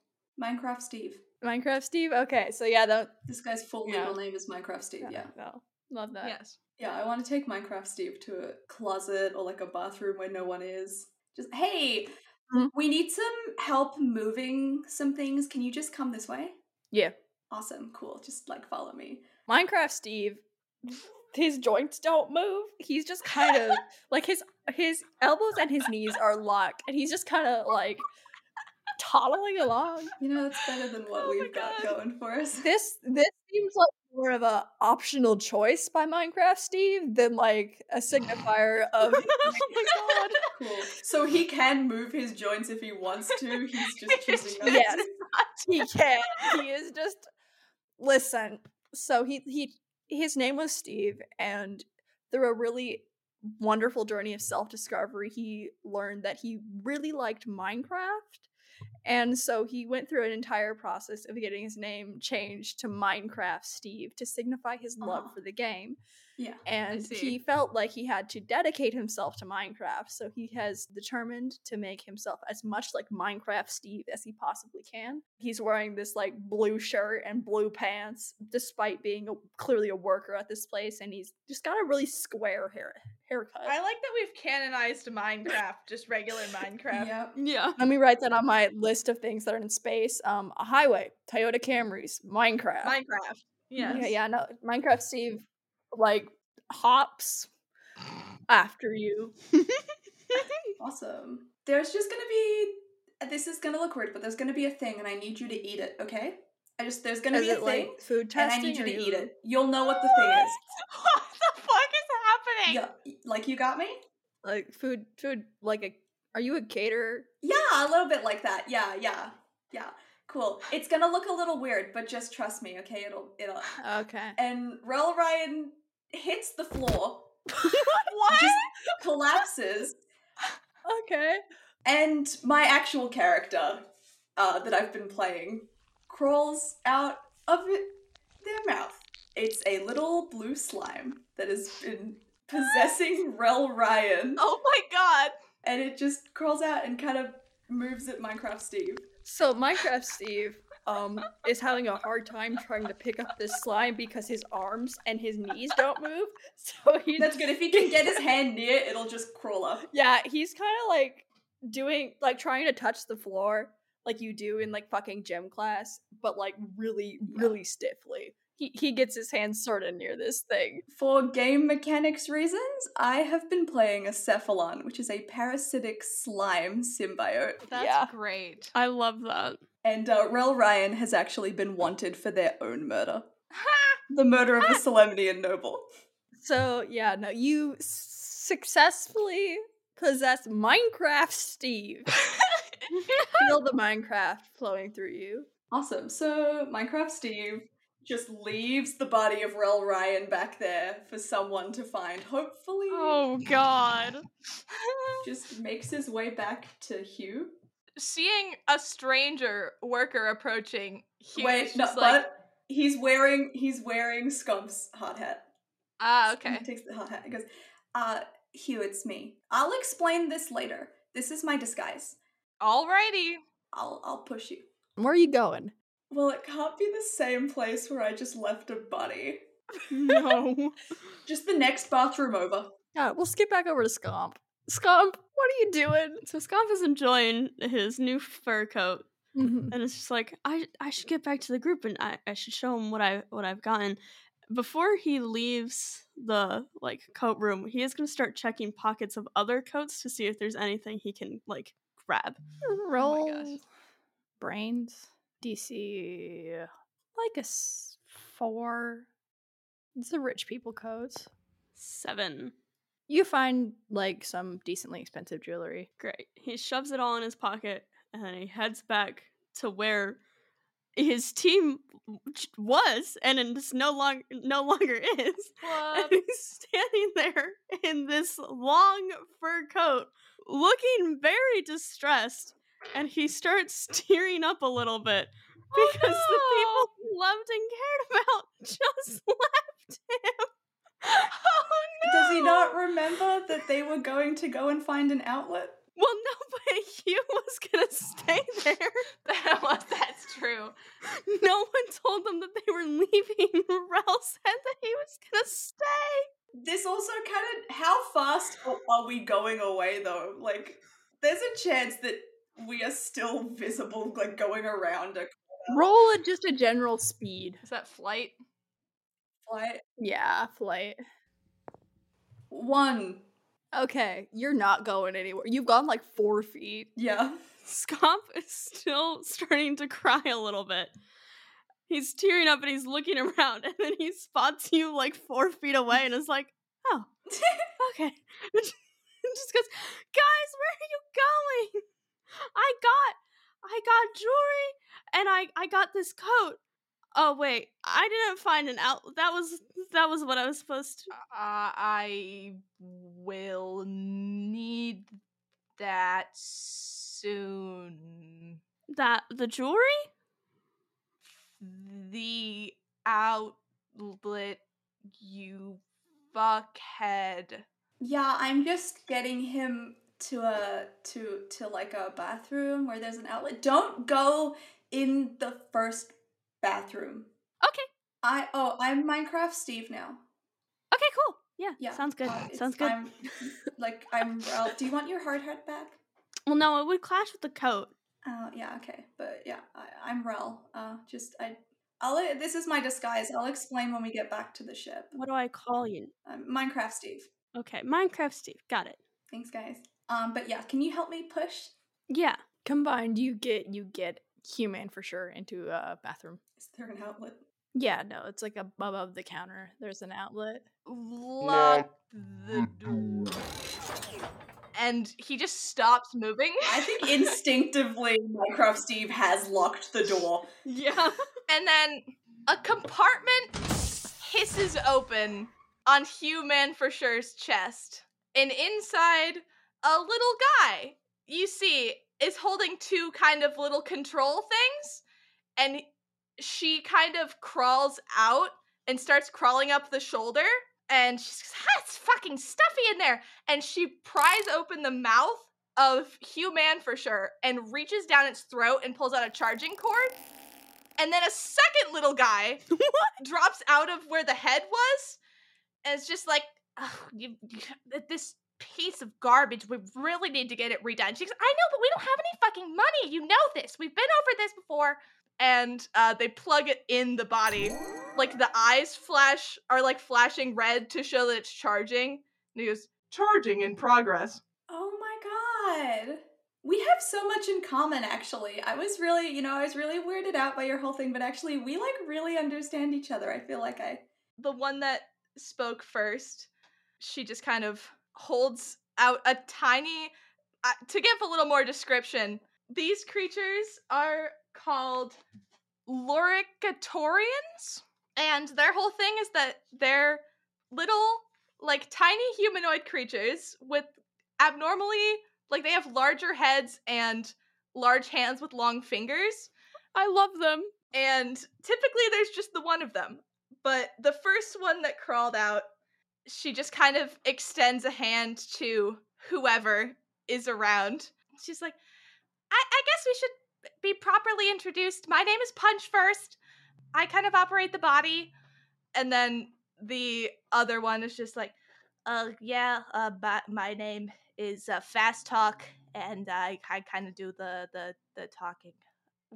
Minecraft Steve. minecraft steve okay so yeah that This guy's full Yeah. legal name is Minecraft Steve, yeah. no, love that yes. Yeah, I want to take Minecraft Steve to a closet or like a bathroom where no one is. Just, hey, Mhm. we need some help moving some things. Can you just come this way? Yeah. Awesome, cool. Just like follow me. Minecraft Steve, his joints don't move. He's just kind of like his his elbows and his knees are locked, and he's just kind of like toddling along. You know, it's better than what Oh my we've got God. going for us. This this seems like more of a optional choice by Minecraft Steve than like a signifier of. Oh my Cool. So he can move his joints if he wants to. He's just He's choosing just- not to. yes, he can. He is just listen. So he he his name was Steve, and through a really wonderful journey of self discovery, he learned that he really liked Minecraft, and so he went through an entire process of getting his name changed to Minecraft Steve to signify his love Uh-huh. for the game Yeah. and see. he felt like he had to dedicate himself to Minecraft, so he has determined to make himself as much like Minecraft Steve as he possibly can. He's wearing this like blue shirt and blue pants, despite being a, clearly a worker at this place, and he's just got a really square hair haircut. I like that we've canonized Minecraft, just regular Minecraft. Yep. Yeah. Let me write that on my list of things that are in space: um, a highway, Toyota Camrys, Minecraft. Minecraft. Yes. Yeah, yeah, no, Minecraft Steve like hops after you. Awesome. There's just gonna be. This is gonna look weird, but there's gonna be a thing, and I need you to eat it. Okay. I just there's gonna Is be a it thing, like food and I testing? need you or to eat it. You'll know what the thing is. What the fuck is happening? Yeah. Like you got me. Like food, food, like a. Are you a caterer? Yeah, a little bit like that. Yeah, yeah, yeah. Cool. It's gonna look a little weird, but just trust me, okay? It'll it'll. Okay. And Rel Ryan hits the floor, What? just collapses, Okay. and my actual character uh, that I've been playing crawls out of it, their mouth. It's a little blue slime that has been possessing Rel Ryan, oh my god. and it just crawls out and kind of moves at Minecraft Steve. So Minecraft Steve um is having a hard time trying to pick up this slime because his arms and his knees don't move. So he's That's good. If he can get his hand near, it, it'll just crawl up. yeah, he's kind of like doing like trying to touch the floor like you do in like fucking gym class, but like really really stiffly. He he gets his hands sort of near this thing. For game mechanics reasons, I have been playing a cephalon, which is a parasitic slime symbiote, That's Yeah. great. I love that. and uh, Rel Ryan has actually been wanted for their own murder. The murder Ah! of a Solemnian noble. So yeah, no, you successfully possess Minecraft Steve. Feel the Minecraft flowing through you. Awesome. So Minecraft Steve just leaves the body of Rel Ryan back there for someone to find. Hopefully, Oh god. just makes his way back to Hugh. Seeing a stranger worker approaching, Hugh Wait, is no, just like, but he's wearing he's wearing Scump's hard hat. ah, He okay. takes the hard hat and goes, uh, Hugh, it's me. I'll explain this later. This is my disguise. Alrighty. I'll I'll push you. Where are you going? Well, it can't be the same place where I just left a buddy. No. Just the next bathroom over. Yeah, Uh, we'll skip back over to Scomp. Scomp, what are you doing? so Scomp is enjoying his new fur coat, Mhm. and it's just like I I should get back to the group and I, I should show him what I what I've gotten. Before he leaves the like coat room, he is gonna start checking pockets of other coats to see if there's anything he can like grab. Roll gosh. Oh brains DC like a s- four. It's the rich people codes. Seven. You find like some decently expensive jewelry. Great. He shoves it all in his pocket and then he heads back to where his team was and it's no longer no longer is. And Whoop. he's standing there in this long fur coat, looking very distressed, and he starts tearing up a little bit Oh, because no. the people he loved and cared about just left him. Oh no. Does he not remember that they were going to go and find an outlet? Well, nobody Hugh was gonna stay there. That was that's true. No one told them that they were leaving. Rel said that he was gonna stay. This also kind of how fast a- are we going away though? Like, there's a chance that we are still visible, like going around a Roll at just a general speed. Is that flight? flight. Yeah, flight. One, Okay, you're not going anywhere. You've gone like four feet. yeah. Scomp is still starting to cry a little bit. He's tearing up and he's looking around, and then he spots you like four feet away and is like, oh, okay. And just goes, guys, where are you going? I got I got jewelry and I I got this coat. Oh wait, I didn't find an out that was that was what I was supposed to Uh, I will need that soon. that the jewelry? The outlet, you fuckhead. Yeah, I'm just getting him to a to to like a bathroom where there's an outlet. Don't go in the first bathroom. Okay. I oh, I'm Minecraft Steve now. Okay, cool. Yeah. Yeah. Sounds good. Uh, it's- Sounds good. I'm, like I'm Rel. Do you want your hard hat back? Well, no, it would clash with the coat. Uh, yeah, okay. But yeah, I, I'm Rel. Uh, just I I'll this is my disguise. I'll explain when we get back to the ship. What do I call you? Um, Minecraft Steve. Okay, Minecraft Steve. Got it. Thanks guys. Um but yeah, can you help me push? Yeah. Combined, you get you get human for sure into a bathroom. Is there an outlet? Yeah, no, it's like ab- above the counter. There's an outlet. Lock the door. And he just stops moving. I think instinctively Minecraft Steve has locked the door. Yeah. and then a compartment hisses open on Hugh Manfresher's chest. And inside, a little guy, you see, is holding two kind of little control things. And she kind of crawls out and starts crawling up the shoulder. And she says, ah, it's fucking stuffy in there. And she pries open the mouth of Hugh Manfresher and reaches down its throat and pulls out a charging cord. And then a second little guy drops out of where the head was and it's just like, "Ugh, you, you- this piece of garbage, we really need to get it redone. She goes, I know, but we don't have any fucking money. You know this. We've been over this before. And uh, they plug it in the body. Like the eyes flash are like flashing red to show that it's charging. And he goes, Charging in progress. Oh my god. We have so much in common actually. I was really, you know, I was really weirded out by your whole thing, but actually we like really understand each other. I feel like I the one that spoke first, she just kind of holds out a tiny. Uh, to give a little more description, these creatures are called Loricatorians. And their whole thing is that they're little, like tiny humanoid creatures with abnormally, like they have larger heads and large hands with long fingers. I love them. And typically there's just the one of them. But the first one that crawled out, she just kind of extends a hand to whoever is around. She's like, I, I guess we should be properly introduced. My name is Punch First. I kind of operate the body. And then the other one is just like, uh, yeah, uh, ba- my name is uh, Fast Talk, and I, I kind of do the, the, the talking.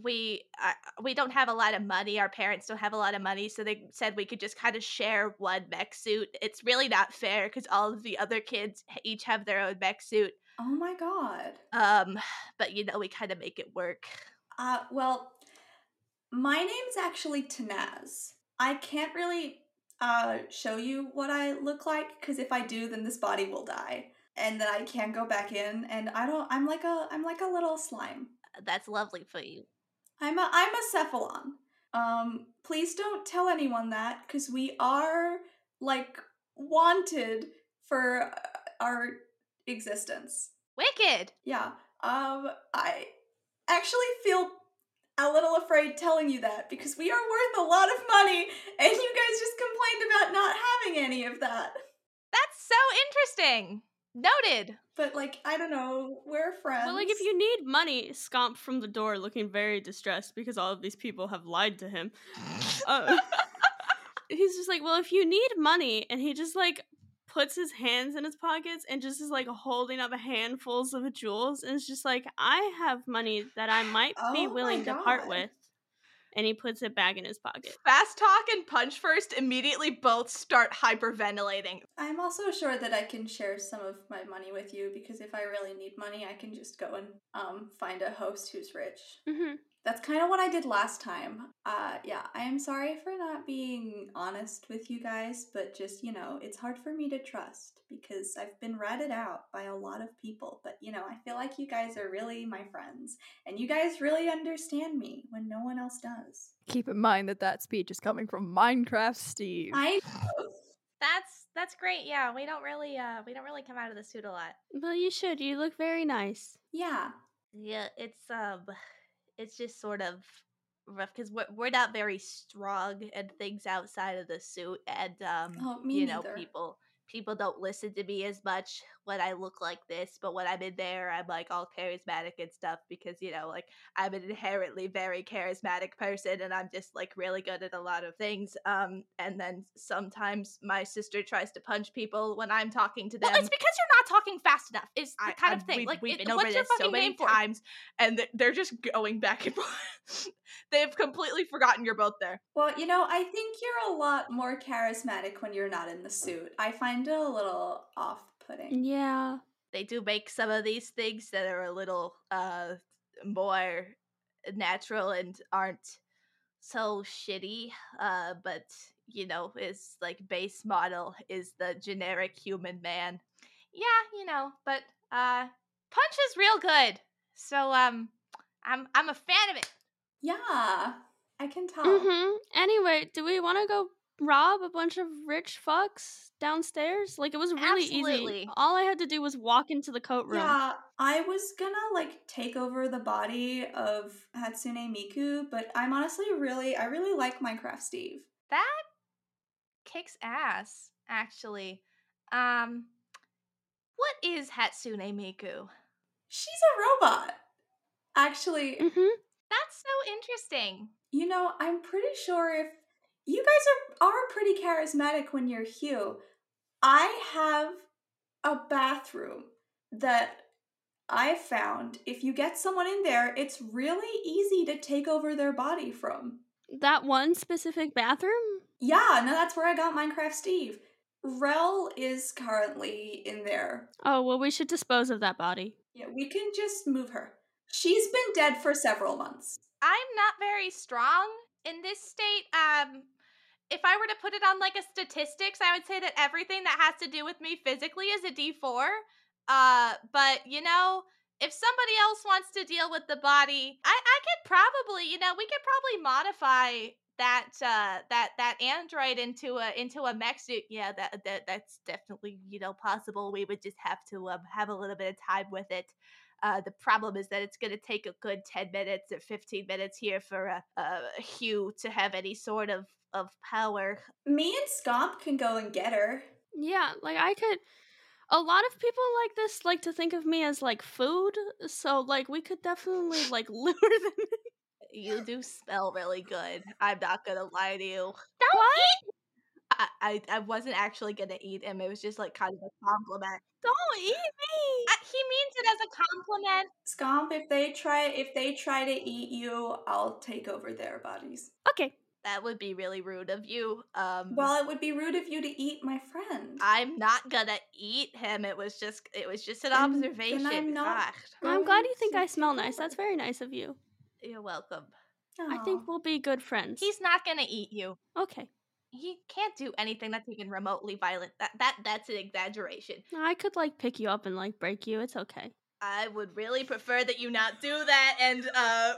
We uh, we don't have a lot of money. Our parents don't have a lot of money, so they said we could just kind of share one mech suit. It's really not fair because all of the other kids each have their own mech suit. Oh my god. Um, but you know we kind of make it work. Uh, well, my name's actually Tanaz. I can't really uh, show you what I look like because if I do, then this body will die, and then I can't go back in. And I don't. I'm like a. I'm like a little slime. That's lovely for you. I'm a. I'm a cephalon. Um, please don't tell anyone that because we are like wanted for uh, our existence. Wicked. Yeah. Um, I actually feel a little afraid telling you that because we are worth a lot of money and you guys just complained about not having any of that. That's so interesting. Noted. But like, I don't know, we're friends. Well, like if you need money, Scomp from the door, looking very distressed because all of these people have lied to him. Uh, he's just like, well, if you need money, and he just like puts his hands in his pockets and just is like holding up handfuls of jewels, and it's just like, I have money that I might Oh my be willing to part God. with. And he puts it back in his pocket. Fast Talk and Punch First immediately both start hyperventilating. I'm also sure that I can share some of my money with you because if I really need money, I can just go and um find a host who's rich. Mm-hmm. That's kind of what I did last time. Uh yeah, I am sorry for not being honest with you guys, but just, you know, it's hard for me to trust because I've been ratted out by a lot of people, but you know, I feel like you guys are really my friends and you guys really understand me when no one else does. Keep in mind that that speech is coming from Minecraft Steve. I That's that's great. Yeah, we don't really uh we don't really come out of the suit a lot. Well, you should. You look very nice. yeah, Yeah, it's um it's just sort of rough cuz we're, we're not very strong and things outside of the suit and um Oh, me you know neither. people people don't listen to me as much when I look like this, but when I'm in there I'm like all charismatic and stuff because you know like I'm an inherently very charismatic person and I'm just like really good at a lot of things um and then sometimes my sister tries to punch people when I'm talking to them. Well, it's because you're not talking fast enough. Is the I- kind I- of thing. we- like, we've it- been over what's your this so fucking many name for? times. And th- they're just going back and forth. They've completely forgotten you're both there. Well, you know, I think you're a lot more charismatic when you're not in the suit. I find it a little off putting. Yeah. they do make some of these things that are a little uh more natural and aren't so shitty uh but you know his like base model is the generic human man Yeah, you know, but uh Punch is real good. So um I'm I'm a fan of it. Yeah, I can tell. hmm Anyway, do we want to go rob a bunch of rich fucks downstairs? Like it was really Absolutely. easy. All I had to do was walk into the coat room. Yeah, I was gonna like take over the body of Hatsune Miku, but I'm honestly really, I really like Minecraft Steve. That kicks ass, actually. Um what is Hatsune Miku? She's a robot. Actually, hmm That's so interesting. you know, I'm pretty sure if you guys are, are pretty charismatic when you're Hugh, I have a bathroom that I found. If you get someone in there, it's really easy to take over their body from. That one specific bathroom. Yeah, no, that's where I got Minecraft Steve. Rel is currently in there. Oh well, we should dispose of that body. Yeah, we can just move her. She's been dead for several months. I'm not very strong in this state. Um, if I were to put it on like a statistics, I would say that everything that has to do with me physically is a D4. Uh, but you know, if somebody else wants to deal with the body, I I could probably, you know, we could probably modify that uh that that android into a into a mech suit yeah that, that that's definitely you know possible we would just have to um, have a little bit of time with it uh, the problem is that it's going to take a good 10 minutes or 15 minutes here for uh, uh, Hugh to have any sort of, of power. Me and Scomp can go and get her. Yeah, like I could. A lot of people like this like to think of me as like food, so like we could definitely like lure them. in. You do smell really good. I'm not going to lie to you. What? I, I, I wasn't actually going to eat him. It was just like kind of a compliment. Don't eat me. Uh, he means it as a compliment. Scomp, if they try if they try to eat you, I'll take over their bodies. Okay. That would be really rude of you. Um, Well, it would be rude of you to eat my friend. I'm not gonna eat him. It was just it was just an Then- then observation. Ah, I'm not- Ugh. I'm glad you think Going I to smell nice. That's work. very nice of you. You're welcome. I think Aw. we'll be good friends. He's not gonna eat you. okay. He can't do anything that's even remotely violent. That that that's an exaggeration. I could like pick you up and like break you. It's okay. I would really prefer that you not do that. And uh,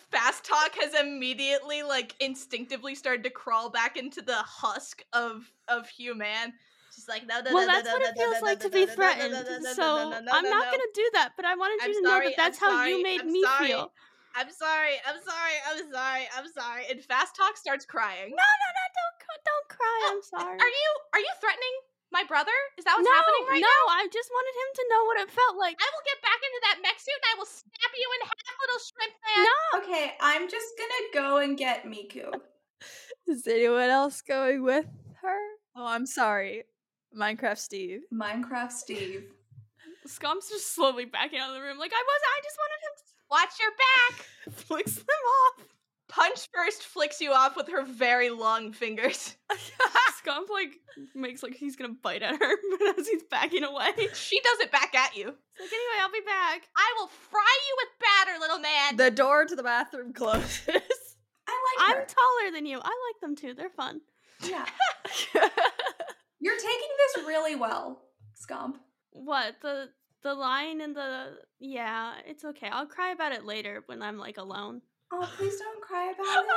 Fast Talk has immediately, like, instinctively started to crawl back into the husk of of human. She's like, no, no, well, no, that's no, what no, it no, feels no, like no, to be no, no, no, threatened. no, no, no, so no, no, no, I'm no, not no. gonna do that. But I wanted I'm you to know sorry, that that's I'm how you sorry, made I'm me sorry. feel. I'm sorry. I'm sorry. I'm sorry. I'm sorry. And Fast Talk starts crying. No, no, no! Don't cr- don't cry. I'm sorry. Are you are you threatening my brother? Is that what's no, happening right no, now? I just wanted him to know what it felt like. I will get back into that mech suit and I will snap you in half, little shrimp man. No, Okay, I'm just gonna go and get Miku. Is anyone else going with her? Oh, I'm sorry. Minecraft Steve. Minecraft Steve. Scomp's just slowly backing out of the room. Like I was. I just wanted Watch your back. him to flicks them off. Punch first flicks you off with her very long fingers. Scump like makes like he's gonna bite at her, but as he's backing away, it's she does it back at you. like anyway, I'll be back. I will fry you with batter, little man. The door to the bathroom closes. I like I'm her. taller than you. I like them too. They're fun. yeah. You're taking this really well, Scomp. What the the line and the yeah, it's okay. I'll cry about it later when I'm like alone. Oh, please don't cry Oh, about it.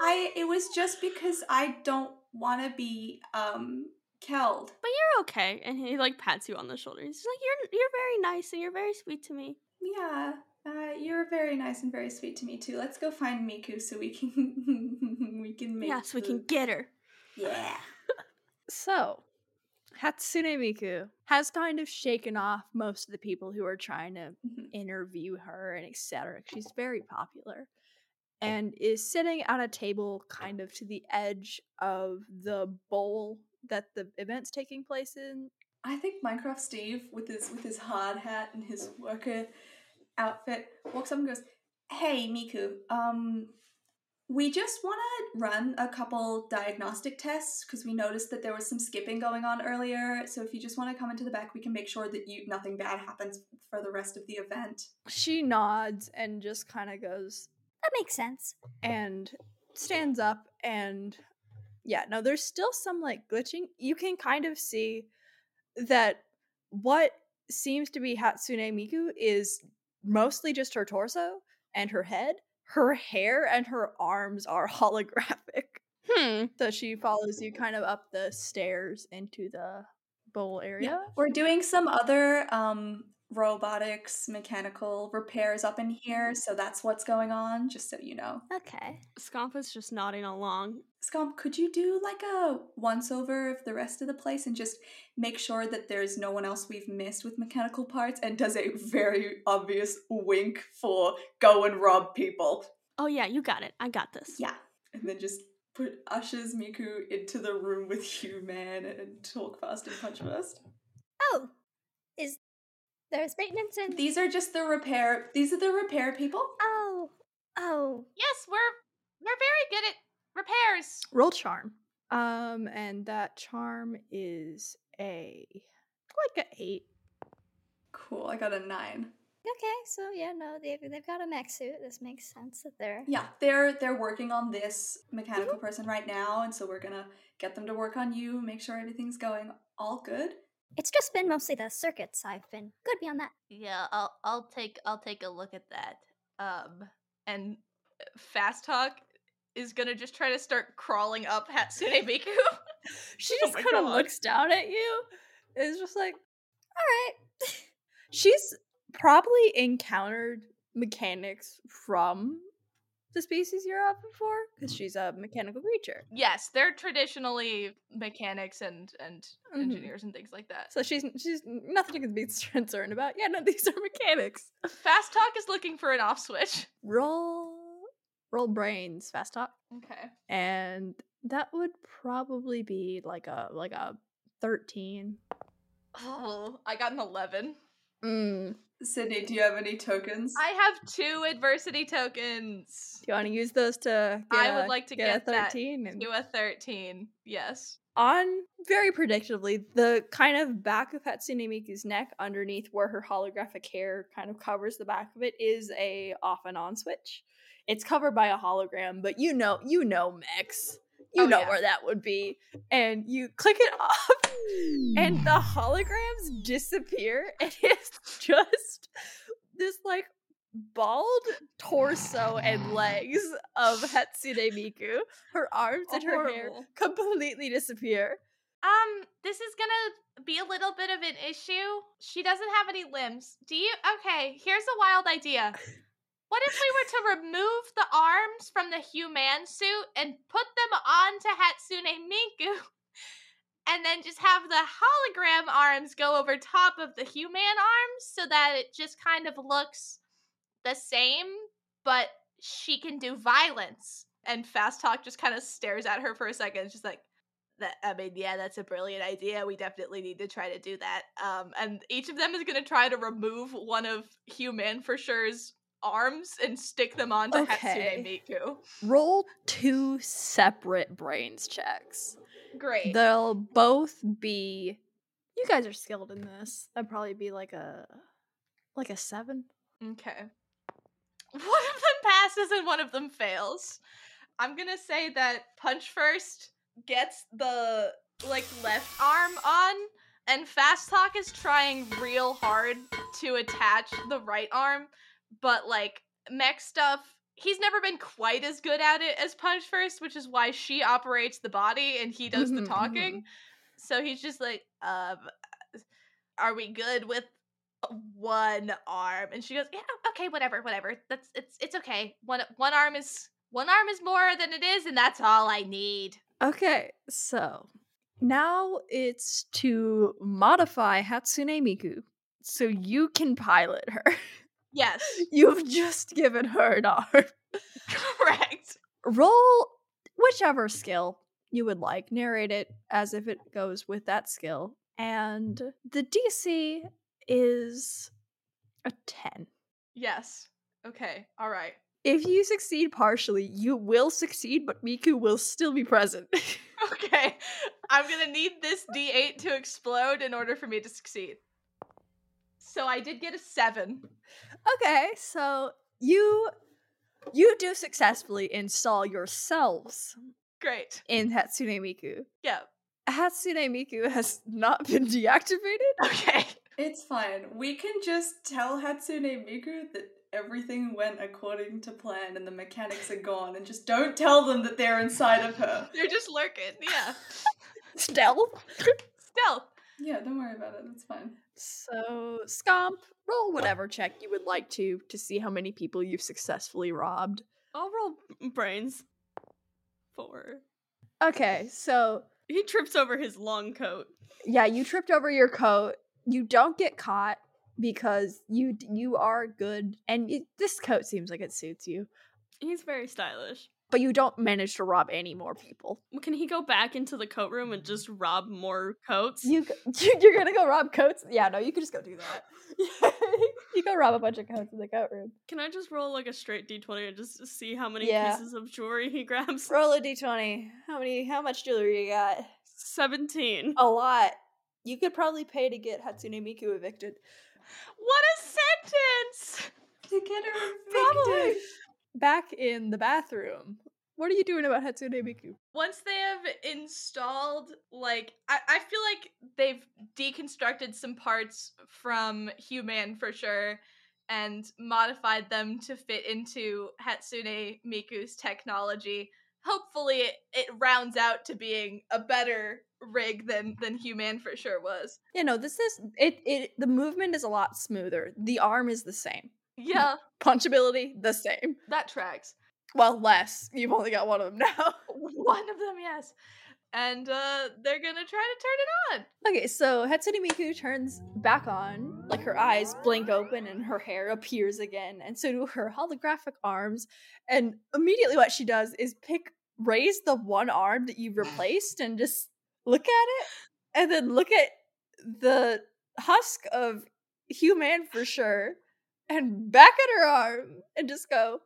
I it was just because I don't want to be um killed. But you're okay. And he like pats you on the shoulder. He's just like you're you're very nice and you're very sweet to me. Yeah, uh, you're very nice and very sweet to me too. Let's go find Miku so we can we can make. yes, we can food. get her. Yeah. So, Hatsune Miku has kind of shaken off most of the people who are trying to Mhm. interview her and etc. She's very popular and is sitting at a table kind of to the edge of the bowl that the event's taking place in. I think Minecraft Steve with his with his hard hat and his worker outfit walks up and goes, "Hey Miku, um, we just want to run a couple diagnostic tests because we noticed that there was some skipping going on earlier. So if you just want to come into the back, we can make sure that you nothing bad happens for the rest of the event." She nods and just kind of goes, That makes sense. and stands up and yeah no there's still some like glitching you can kind of see that what seems to be hatsune miku is mostly just her torso and her head her hair and her arms are holographic Hmm. so she follows you kind of up the stairs into the bowl area We're doing some other um, robotics, mechanical repairs up in here, so that's what's going on. Just so you know, Okay. Scomp is just nodding along. Scomp, could you do like a once over of the rest of the place and just make sure that there's no one else we've missed with mechanical parts? And does a very obvious wink for go and rob people. Oh yeah, you got it. I got this. Yeah, and then just put ushers Miku into the room with Hugh Man and talk fast and punch fast. Oh, is there's maintenance and These are just the repair. These are the repair people. oh oh yes, we're we're very good at repairs. roll charm um and that charm is a like a eight Cool. I got a nine. okay. So yeah, no, they they've got a mech suit. This makes sense that they're Yeah, they're they're working on this mechanical person right now, and so we're gonna get them to work on you, make sure everything's going all good. It's just been mostly the circuits I've been good beyond that. Yeah, I'll I'll take I'll take a look at that. Um, and Fast Talk uh, is gonna just try to start crawling up Hatsune Miku. She Oh just my kind of God. looks down at you. Is just like, all right. She's probably encountered mechanics from the species you're of before because she's a mechanical creature. yes, they're traditionally mechanics and and Mhm. engineers and things like that. So she's she's nothing to be concerned about. Yeah, no, these are mechanics. Fast Talk is looking for an off switch. Roll, roll brains, fast talk, Okay. and that would probably be like a like a thirteen. Oh, I got an eleven. Mm. Sydney, do you have any tokens? I have two adversity tokens. Do you want to use those to? Get I would a- like to get, get a that thirteen. and- To a thirteen. Yes. on very predictably the kind of back of Hatsune Miku's neck underneath where her holographic hair kind of covers the back of it is a off and on switch. It's covered by a hologram, but you know, you know Mex. You Oh, know yeah. where that would be. And you click it off and the holograms disappear and it's just this like bald torso and legs of Hatsune Miku. Her arms and her hair Horrible. completely disappear. Um, this is gonna be a little bit of an issue. She doesn't have any limbs. Do you? Okay, here's a wild idea. What if we were to remove the arms from the human suit and put them onto Hatsune Miku? And then just have the hologram arms go over top of the human arms so that it just kind of looks the same, but she can do violence. And Fast Talk just kind of stares at her for a second, just like, That I mean, yeah, that's a brilliant idea. We definitely need to try to do that. Um, and each of them is going to try to remove one of human for sure's arms and stick them onto Hatsune Okay. Miku. Roll two separate brains checks. Great. They'll both be. You guys are skilled in this. That'd probably be like a, like a seven. okay. One of them passes and one of them fails. I'm going to say that Punch First gets the like left arm on and Fast Talk is trying real hard to attach the right arm, but like mech stuff, he's never been quite as good at it as Punch First, which is why she operates the body and he does Mhm, the talking. So he's just like, um, are we good with one arm? And she goes, yeah, okay, whatever, whatever. That's it's it's okay. One one arm is one arm is more than it is, and that's all I need. Okay, so now it's to modify Hatsune Miku so you can pilot her. Yes, You've just given her an arm. correct. Roll whichever skill you would like, narrate it as if it goes with that skill. And the DC is a 10. Yes. Okay. All right. If you succeed partially, you will succeed, but Miku will still be present. Okay. I'm gonna need this D8 to explode in order for me to succeed. So I did get a seven. okay, so you you do successfully install yourselves Great. in Hatsune Miku. Yeah. Hatsune Miku has not been deactivated. Okay. It's fine. We can just tell Hatsune Miku that everything went according to plan and the mechanics are gone and just don't tell them that they're inside of her. They're just lurking. Yeah. Stealth. Stealth. Yeah, don't worry about it. It's fine. So, Scomp, roll whatever check you would like to to see how many people you've successfully robbed. I'll roll brains. Four. Okay, so He trips over his long coat. yeah, you tripped over your coat. You don't get caught because you you are good, and it, this coat seems like it suits you. He's very stylish. But you don't manage to rob any more people. Well, Can he go back into the coat room and just rob more coats? You g- you're gonna go rob coats? Yeah, no, you can just go do that. you go rob a bunch of coats in the coat room. Can I just roll like a straight d20 and just see how many Yeah. pieces of jewelry he grabs? Roll a d twenty. How many? How much jewelry you got? 17. A lot. You could probably pay to get Hatsune Miku evicted. What a sentence! To get her Probably. evicted. Back in the bathroom. What are you doing about Hatsune Miku? Once they have installed, like, I, I feel like they've deconstructed some parts from Human for sure and modified them to fit into Hatsune Miku's technology. hopefully it, it rounds out to being a better rig than than human for sure was. You know, this is it. It the movement is a lot smoother. The arm is the same. Yeah, Punchability the same. that tracks. Well, less. You've only got one of them now. One of them, yes. And uh they're gonna try to turn it on. Okay, so Hatsune Miku turns back on, like her eyes blink open and her hair appears again, and so do her holographic arms. And immediately, what she does is pick, raise the one arm that you've replaced and just look at it, and then look at the husk of human for sure, and back at her arm and just go,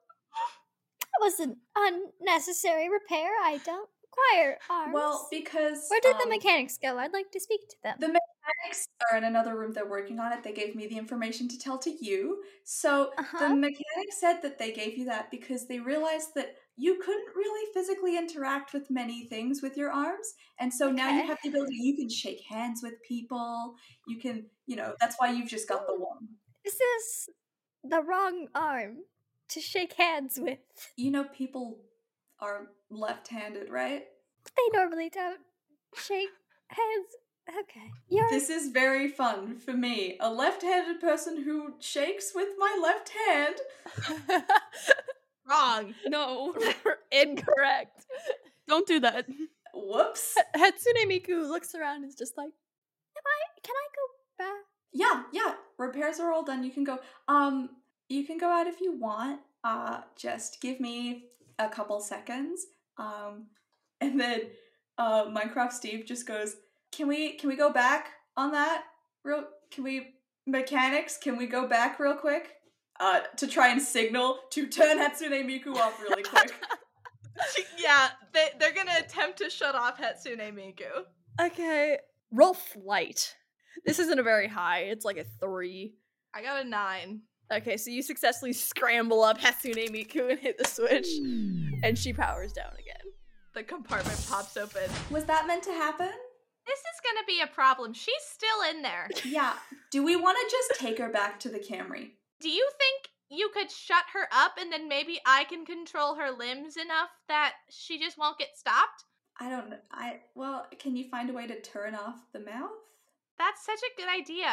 That was an unnecessary repair. I don't require arms. Well, because where did the um, mechanics go? I'd like to speak to them. The mechanics are in another room. They're working on it. They gave me the information to tell to you. So Uh-huh. the mechanic said that they gave you that because they realized that you couldn't really physically interact with many things with your arms, and so now you Okay. have the ability. You can shake hands with people. You can, you know, that's why you've just got the one. Is this the wrong arm to shake hands with? You know, people are left-handed, right? They normally don't shake hands. Okay, you're This is very fun for me, a left-handed person who shakes with my left hand. Wrong. No, incorrect. don't do that. Whoops. Hatsune Miku looks around and is just like, Can I go back? Yeah, yeah. Repairs are all done. You can go. Um, you can go out if you want. Uh, just give me a couple seconds. Um, and then uh, Minecraft Steve just goes, "Can we can we go back on that real? Can we mechanics? Can we go back real quick?" Uh, to try and signal to turn Hatsune Miku off really quick. yeah, they they're gonna attempt to shut off Hatsune Miku. Okay. Roll flight. This isn't a very high. It's like a three. I got a nine. Okay, so you successfully scramble up Hatsune Miku and hit the switch, and she powers down again. The compartment pops open. Was that meant to happen? This is gonna be a problem. She's still in there. Yeah. Do we want to just take her back to the Camry? Do you think you could shut her up and then maybe I can control her limbs enough that she just won't get stopped? I don't. know. I well, can you find a way to turn off the mouth? That's such a good idea.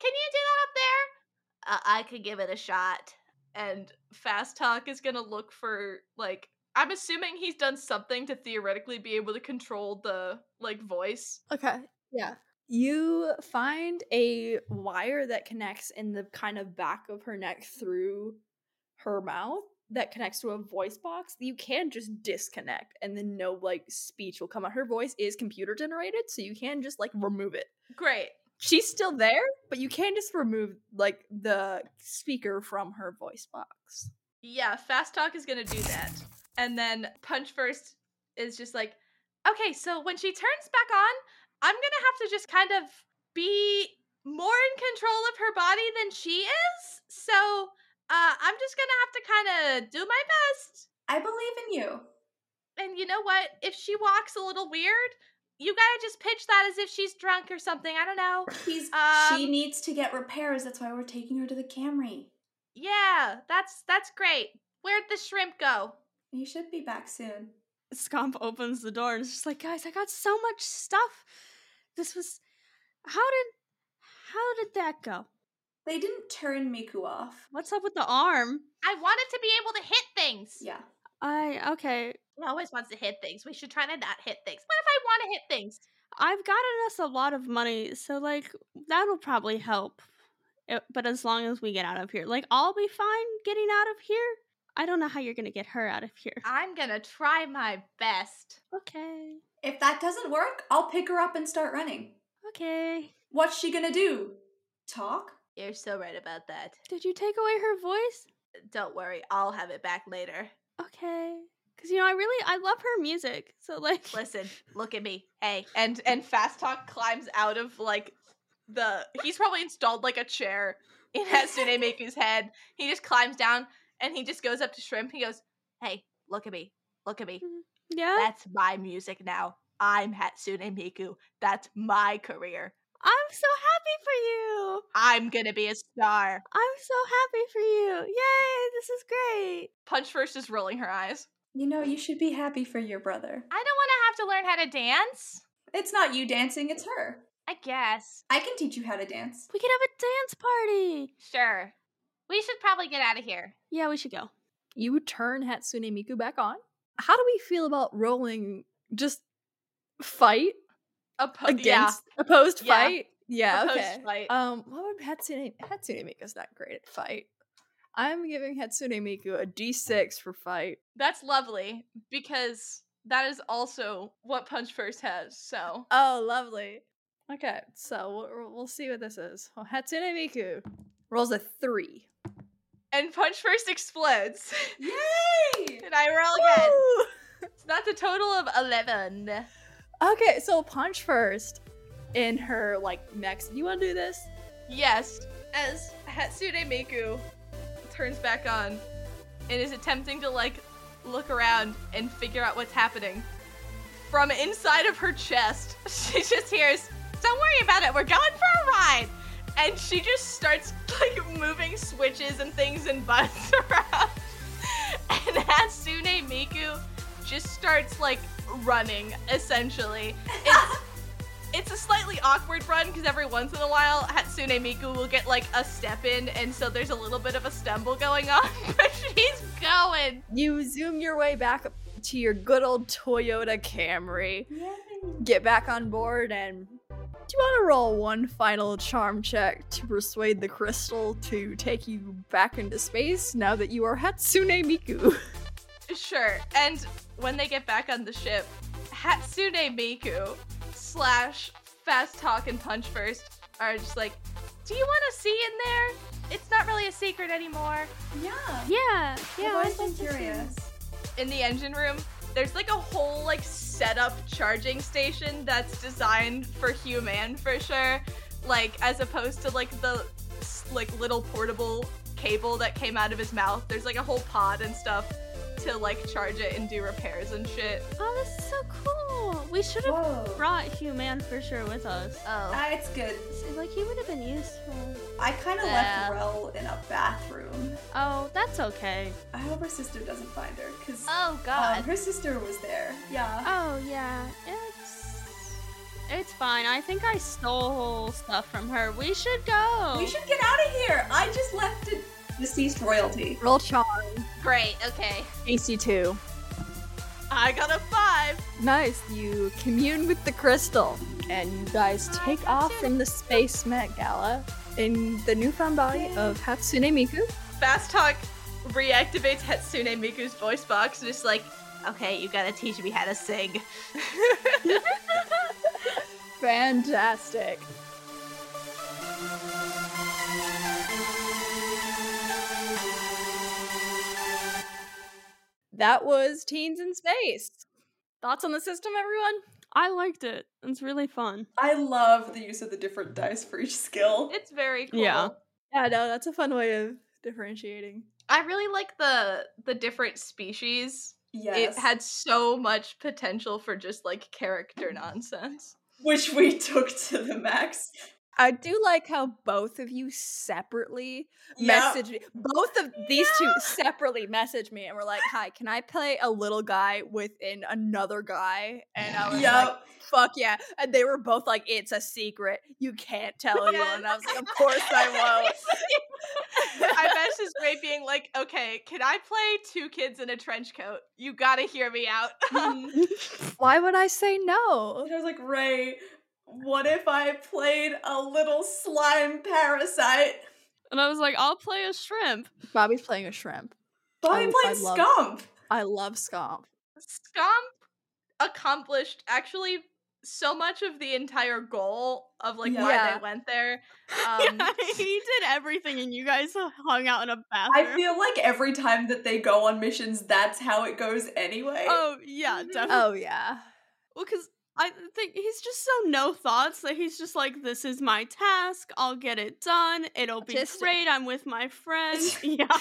Can you do that up there? Uh, I could give it a shot. And Fast Talk is gonna look for like I'm assuming he's done something to theoretically be able to control the like voice. Okay, yeah. You find a wire that connects in the kind of back of her neck through her mouth that connects to a voice box that you can just disconnect and then no like speech will come out. Her voice is computer generated, so you can just like remove it. Great. she's still there, but you can just remove like the speaker from her voice box. Yeah, Fast Talk is gonna do that. And then Punch First is just like, okay, so when she turns back on, I'm gonna have to just kind of be more in control of her body than she is. So uh, I'm just gonna have to kind of do my best. I believe in you. And you know what? If she walks a little weird, you gotta just pitch that as if she's drunk or something. I don't know. He's she Um, needs to get repairs. That's why we're taking her to the Camry. Yeah, that's that's great. Where'd the shrimp go? You should be back soon. Scomp opens the door and is just like, guys, I got so much stuff. This was how did how did that go? They didn't turn Miku off. What's up with the arm? I wanted to be able to hit things. Yeah. I okay. He always wants to hit things. We should try to not hit things. What if I want to hit things? I've gotten us a lot of money, so like that'll probably help. Uh, But as long as we get out of here, like I'll be fine getting out of here. I don't know how you're gonna get her out of here. I'm gonna try my best. Okay, If that doesn't work, I'll pick her up and start running. okay. What's she gonna do? Talk? You're so right about that. Did you take away her voice? Don't worry, I'll have it back later. Okay, because you know I really I love her music. So like, Listen, look at me. Hey, And and Fast Talk climbs out of like the he's probably installed like a chair in Hatsune Miku's head. He just climbs down and he just goes up to Shrimp. He goes, hey, look at me. Look at me. yeah, That's my music now. I'm Hatsune Miku. That's my career. I'm so happy for you. I'm gonna be a star. I'm so happy for you. Yay, this is great. Punch First is rolling her eyes. You know, you should be happy for your brother. I don't want to have to learn how to dance. It's not you dancing, it's her. I guess. I can teach you how to dance. We could have a dance party. Sure. We should probably get out of here. Yeah, we should go. You turn Hatsune Miku back on. How do we feel about rolling just fight Oppo- against yeah. opposed Yeah. fight? Yeah, Opposed okay. fight. Um, what would Hatsune Hatsune Miku's not great at fight? I'm giving Hatsune Miku a D6 for fight. That's lovely because that is also what Punch First has. So Oh, lovely. Okay, so we'll, we'll see what this is. Well, Hatsune Miku rolls a three. and Punch First explodes. Yay! and I Oh roll again. Woo! So that's a total of eleven. Okay, so punch first in her like next. You want to do this? Yes, as Hatsune Miku turns back on and is attempting to like look around and figure out what's happening. From inside of her chest, she just hears, "Don't worry about it. We're going for a ride." And she just starts like moving switches and things and buttons around. And Hatsune Miku just starts like running essentially. It's it's a slightly awkward run because every once in a while Hatsune Miku will get like a step in, and so there's a little bit of a stumble going on, but she's going. You zoom your way back to your good old Toyota Camry. Yay! Get back on board and do you want to roll one final charm check to persuade the crystal to take you back into space now that you are Hatsune Miku? Sure. And when they get back on the ship, Hatsune Miku slash Fast Talk and Punch First are just like, "Do you want to see in there? It's not really a secret anymore." Yeah. Yeah, I've yeah. always been curious. in the engine room there's like a whole like setup charging station that's designed for human for sure like as opposed to like the s- like little portable cable that came out of his mouth there's like a whole pod and stuff to like charge it and do repairs and shit Oh, this is so cool. We should have Whoa. brought Human for sure with us. Oh. Ah, it's good. So, like he would have been useful. I kind of Yeah. left Rel in a bathroom. Oh, that's okay. I hope her sister doesn't find her, because Oh um, god. her sister was there. Yeah. Oh yeah, it's it's fine. I think I stole stuff from her. We should go. We should get out of here! I just left it. Deceased royalty. Roll charm Great. Okay. AC2. i got a five Nice. You commune with the crystal, and you guys take off from the Space Met Gala in the newfound body of Hatsune Miku. fast talk reactivates hatsune miku's voice box and it's like Okay, you gotta teach me how to sing. Fantastic. That was Teens in Space. Thoughts on the system, everyone? I liked it. It's really fun. I love the use of the different dice for each skill. it's very cool Yeah. Yeah, no, that's a fun way of differentiating. i really like the the different species Yes. It had so much potential for just like character nonsense. which we took to the max. I do like how both of you separately Yeah. message me. Both of these two separately message me and were like, "Hi, can I play a little guy within another guy?" And I was like, Yep. "Fuck yeah!" And they were both like, "It's a secret. You can't tell anyone." And I was like, "Of course I won't." I messaged Ray being like, okay, can I play two kids in a trench coat? You gotta hear me out. Mm-hmm. Why would I say no? And I was like, Ray, what if I played a little slime parasite? And I was like, I'll play a shrimp. Bobby's playing a shrimp. Bobby Oh, I played love- Scump. I love Scomp. Scomp accomplished actually so much of the entire goal of like why Yeah. they went there. Um, he did everything, and you guys hung out in a bathroom. I feel like every time that they go on missions, that's how it goes anyway. oh yeah, definitely. Oh yeah. Well, because I think he's just so no thoughts that he's just like, this is my task. I'll get it done. It'll be Autistic. great. I'm with my friends. yeah.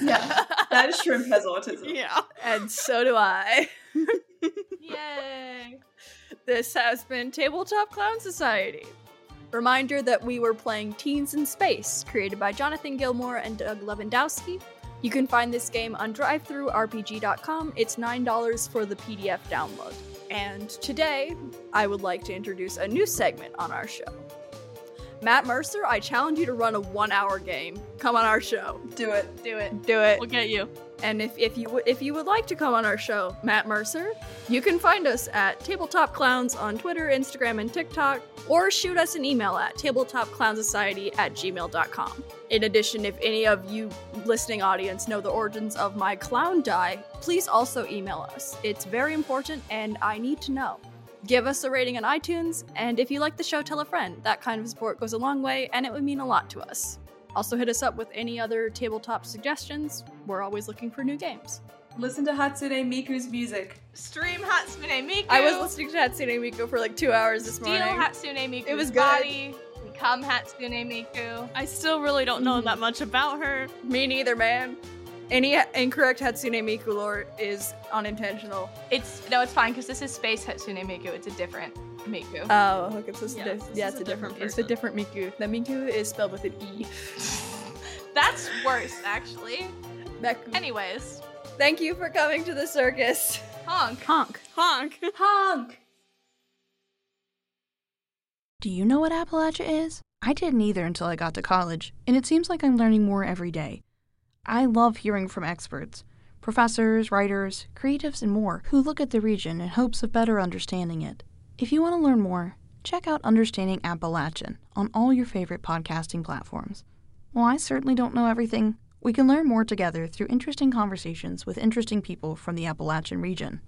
Yeah, that shrimp has autism. yeah. And so do I. yay. This has been Tabletop Clown Society. Reminder that we were playing Teens in Space, created by Jonathan Gilmore and Doug Lewandowski. You can find this game on drivethroughrpg.com. It's $9 for the PDF download. And today, I would like to introduce a new segment on our show. Matt Mercer, I challenge you to run a one hour game. Come on our show. Do it. Do it. Do it. We'll get you. And if, if you w- if you would like to come on our show, Matt Mercer, you can find us at Tabletop Clowns on Twitter, Instagram, and TikTok, or shoot us an email at tabletopclownsociety at gmail.com. In addition, if any of you listening audience know the origins of my clown die, please also email us. It's very important and I need to know. Give us a rating on iTunes, and if you like the show, tell a friend. That kind of support goes a long way and it would mean a lot to us. Also, hit us up with any other tabletop suggestions. We're always looking for new games. Listen to Hatsune Miku's music. Stream Hatsune Miku. I was listening to Hatsune Miku for like two hours this Steal morning. Hatsune Miku's It was good. body. Become Hatsune Miku. I still really don't know Mhm. that much about her. Me neither, man. Any incorrect Hatsune Miku lore is unintentional. It's no, it's fine because this is Space Hatsune Miku. It's a different Miku. Oh, okay, so it's Yeah, diff- this yeah, is it's a a different. different It's a person. different Miku. The Miku is spelled with an E. That's worse, actually. Meku. Anyways, Thank you for coming to the circus. honk. Honk. Honk. Honk! Do you know what Appalachia is? I didn't either until I got to college, and it seems like I'm learning more every day. I love hearing from experts, professors, writers, creatives, and more who look at the region in hopes of better understanding it. If you want to learn more, check out Understanding Appalachian on all your favorite podcasting platforms. While I certainly don't know everything, we can learn more together through interesting conversations with interesting people from the Appalachian region.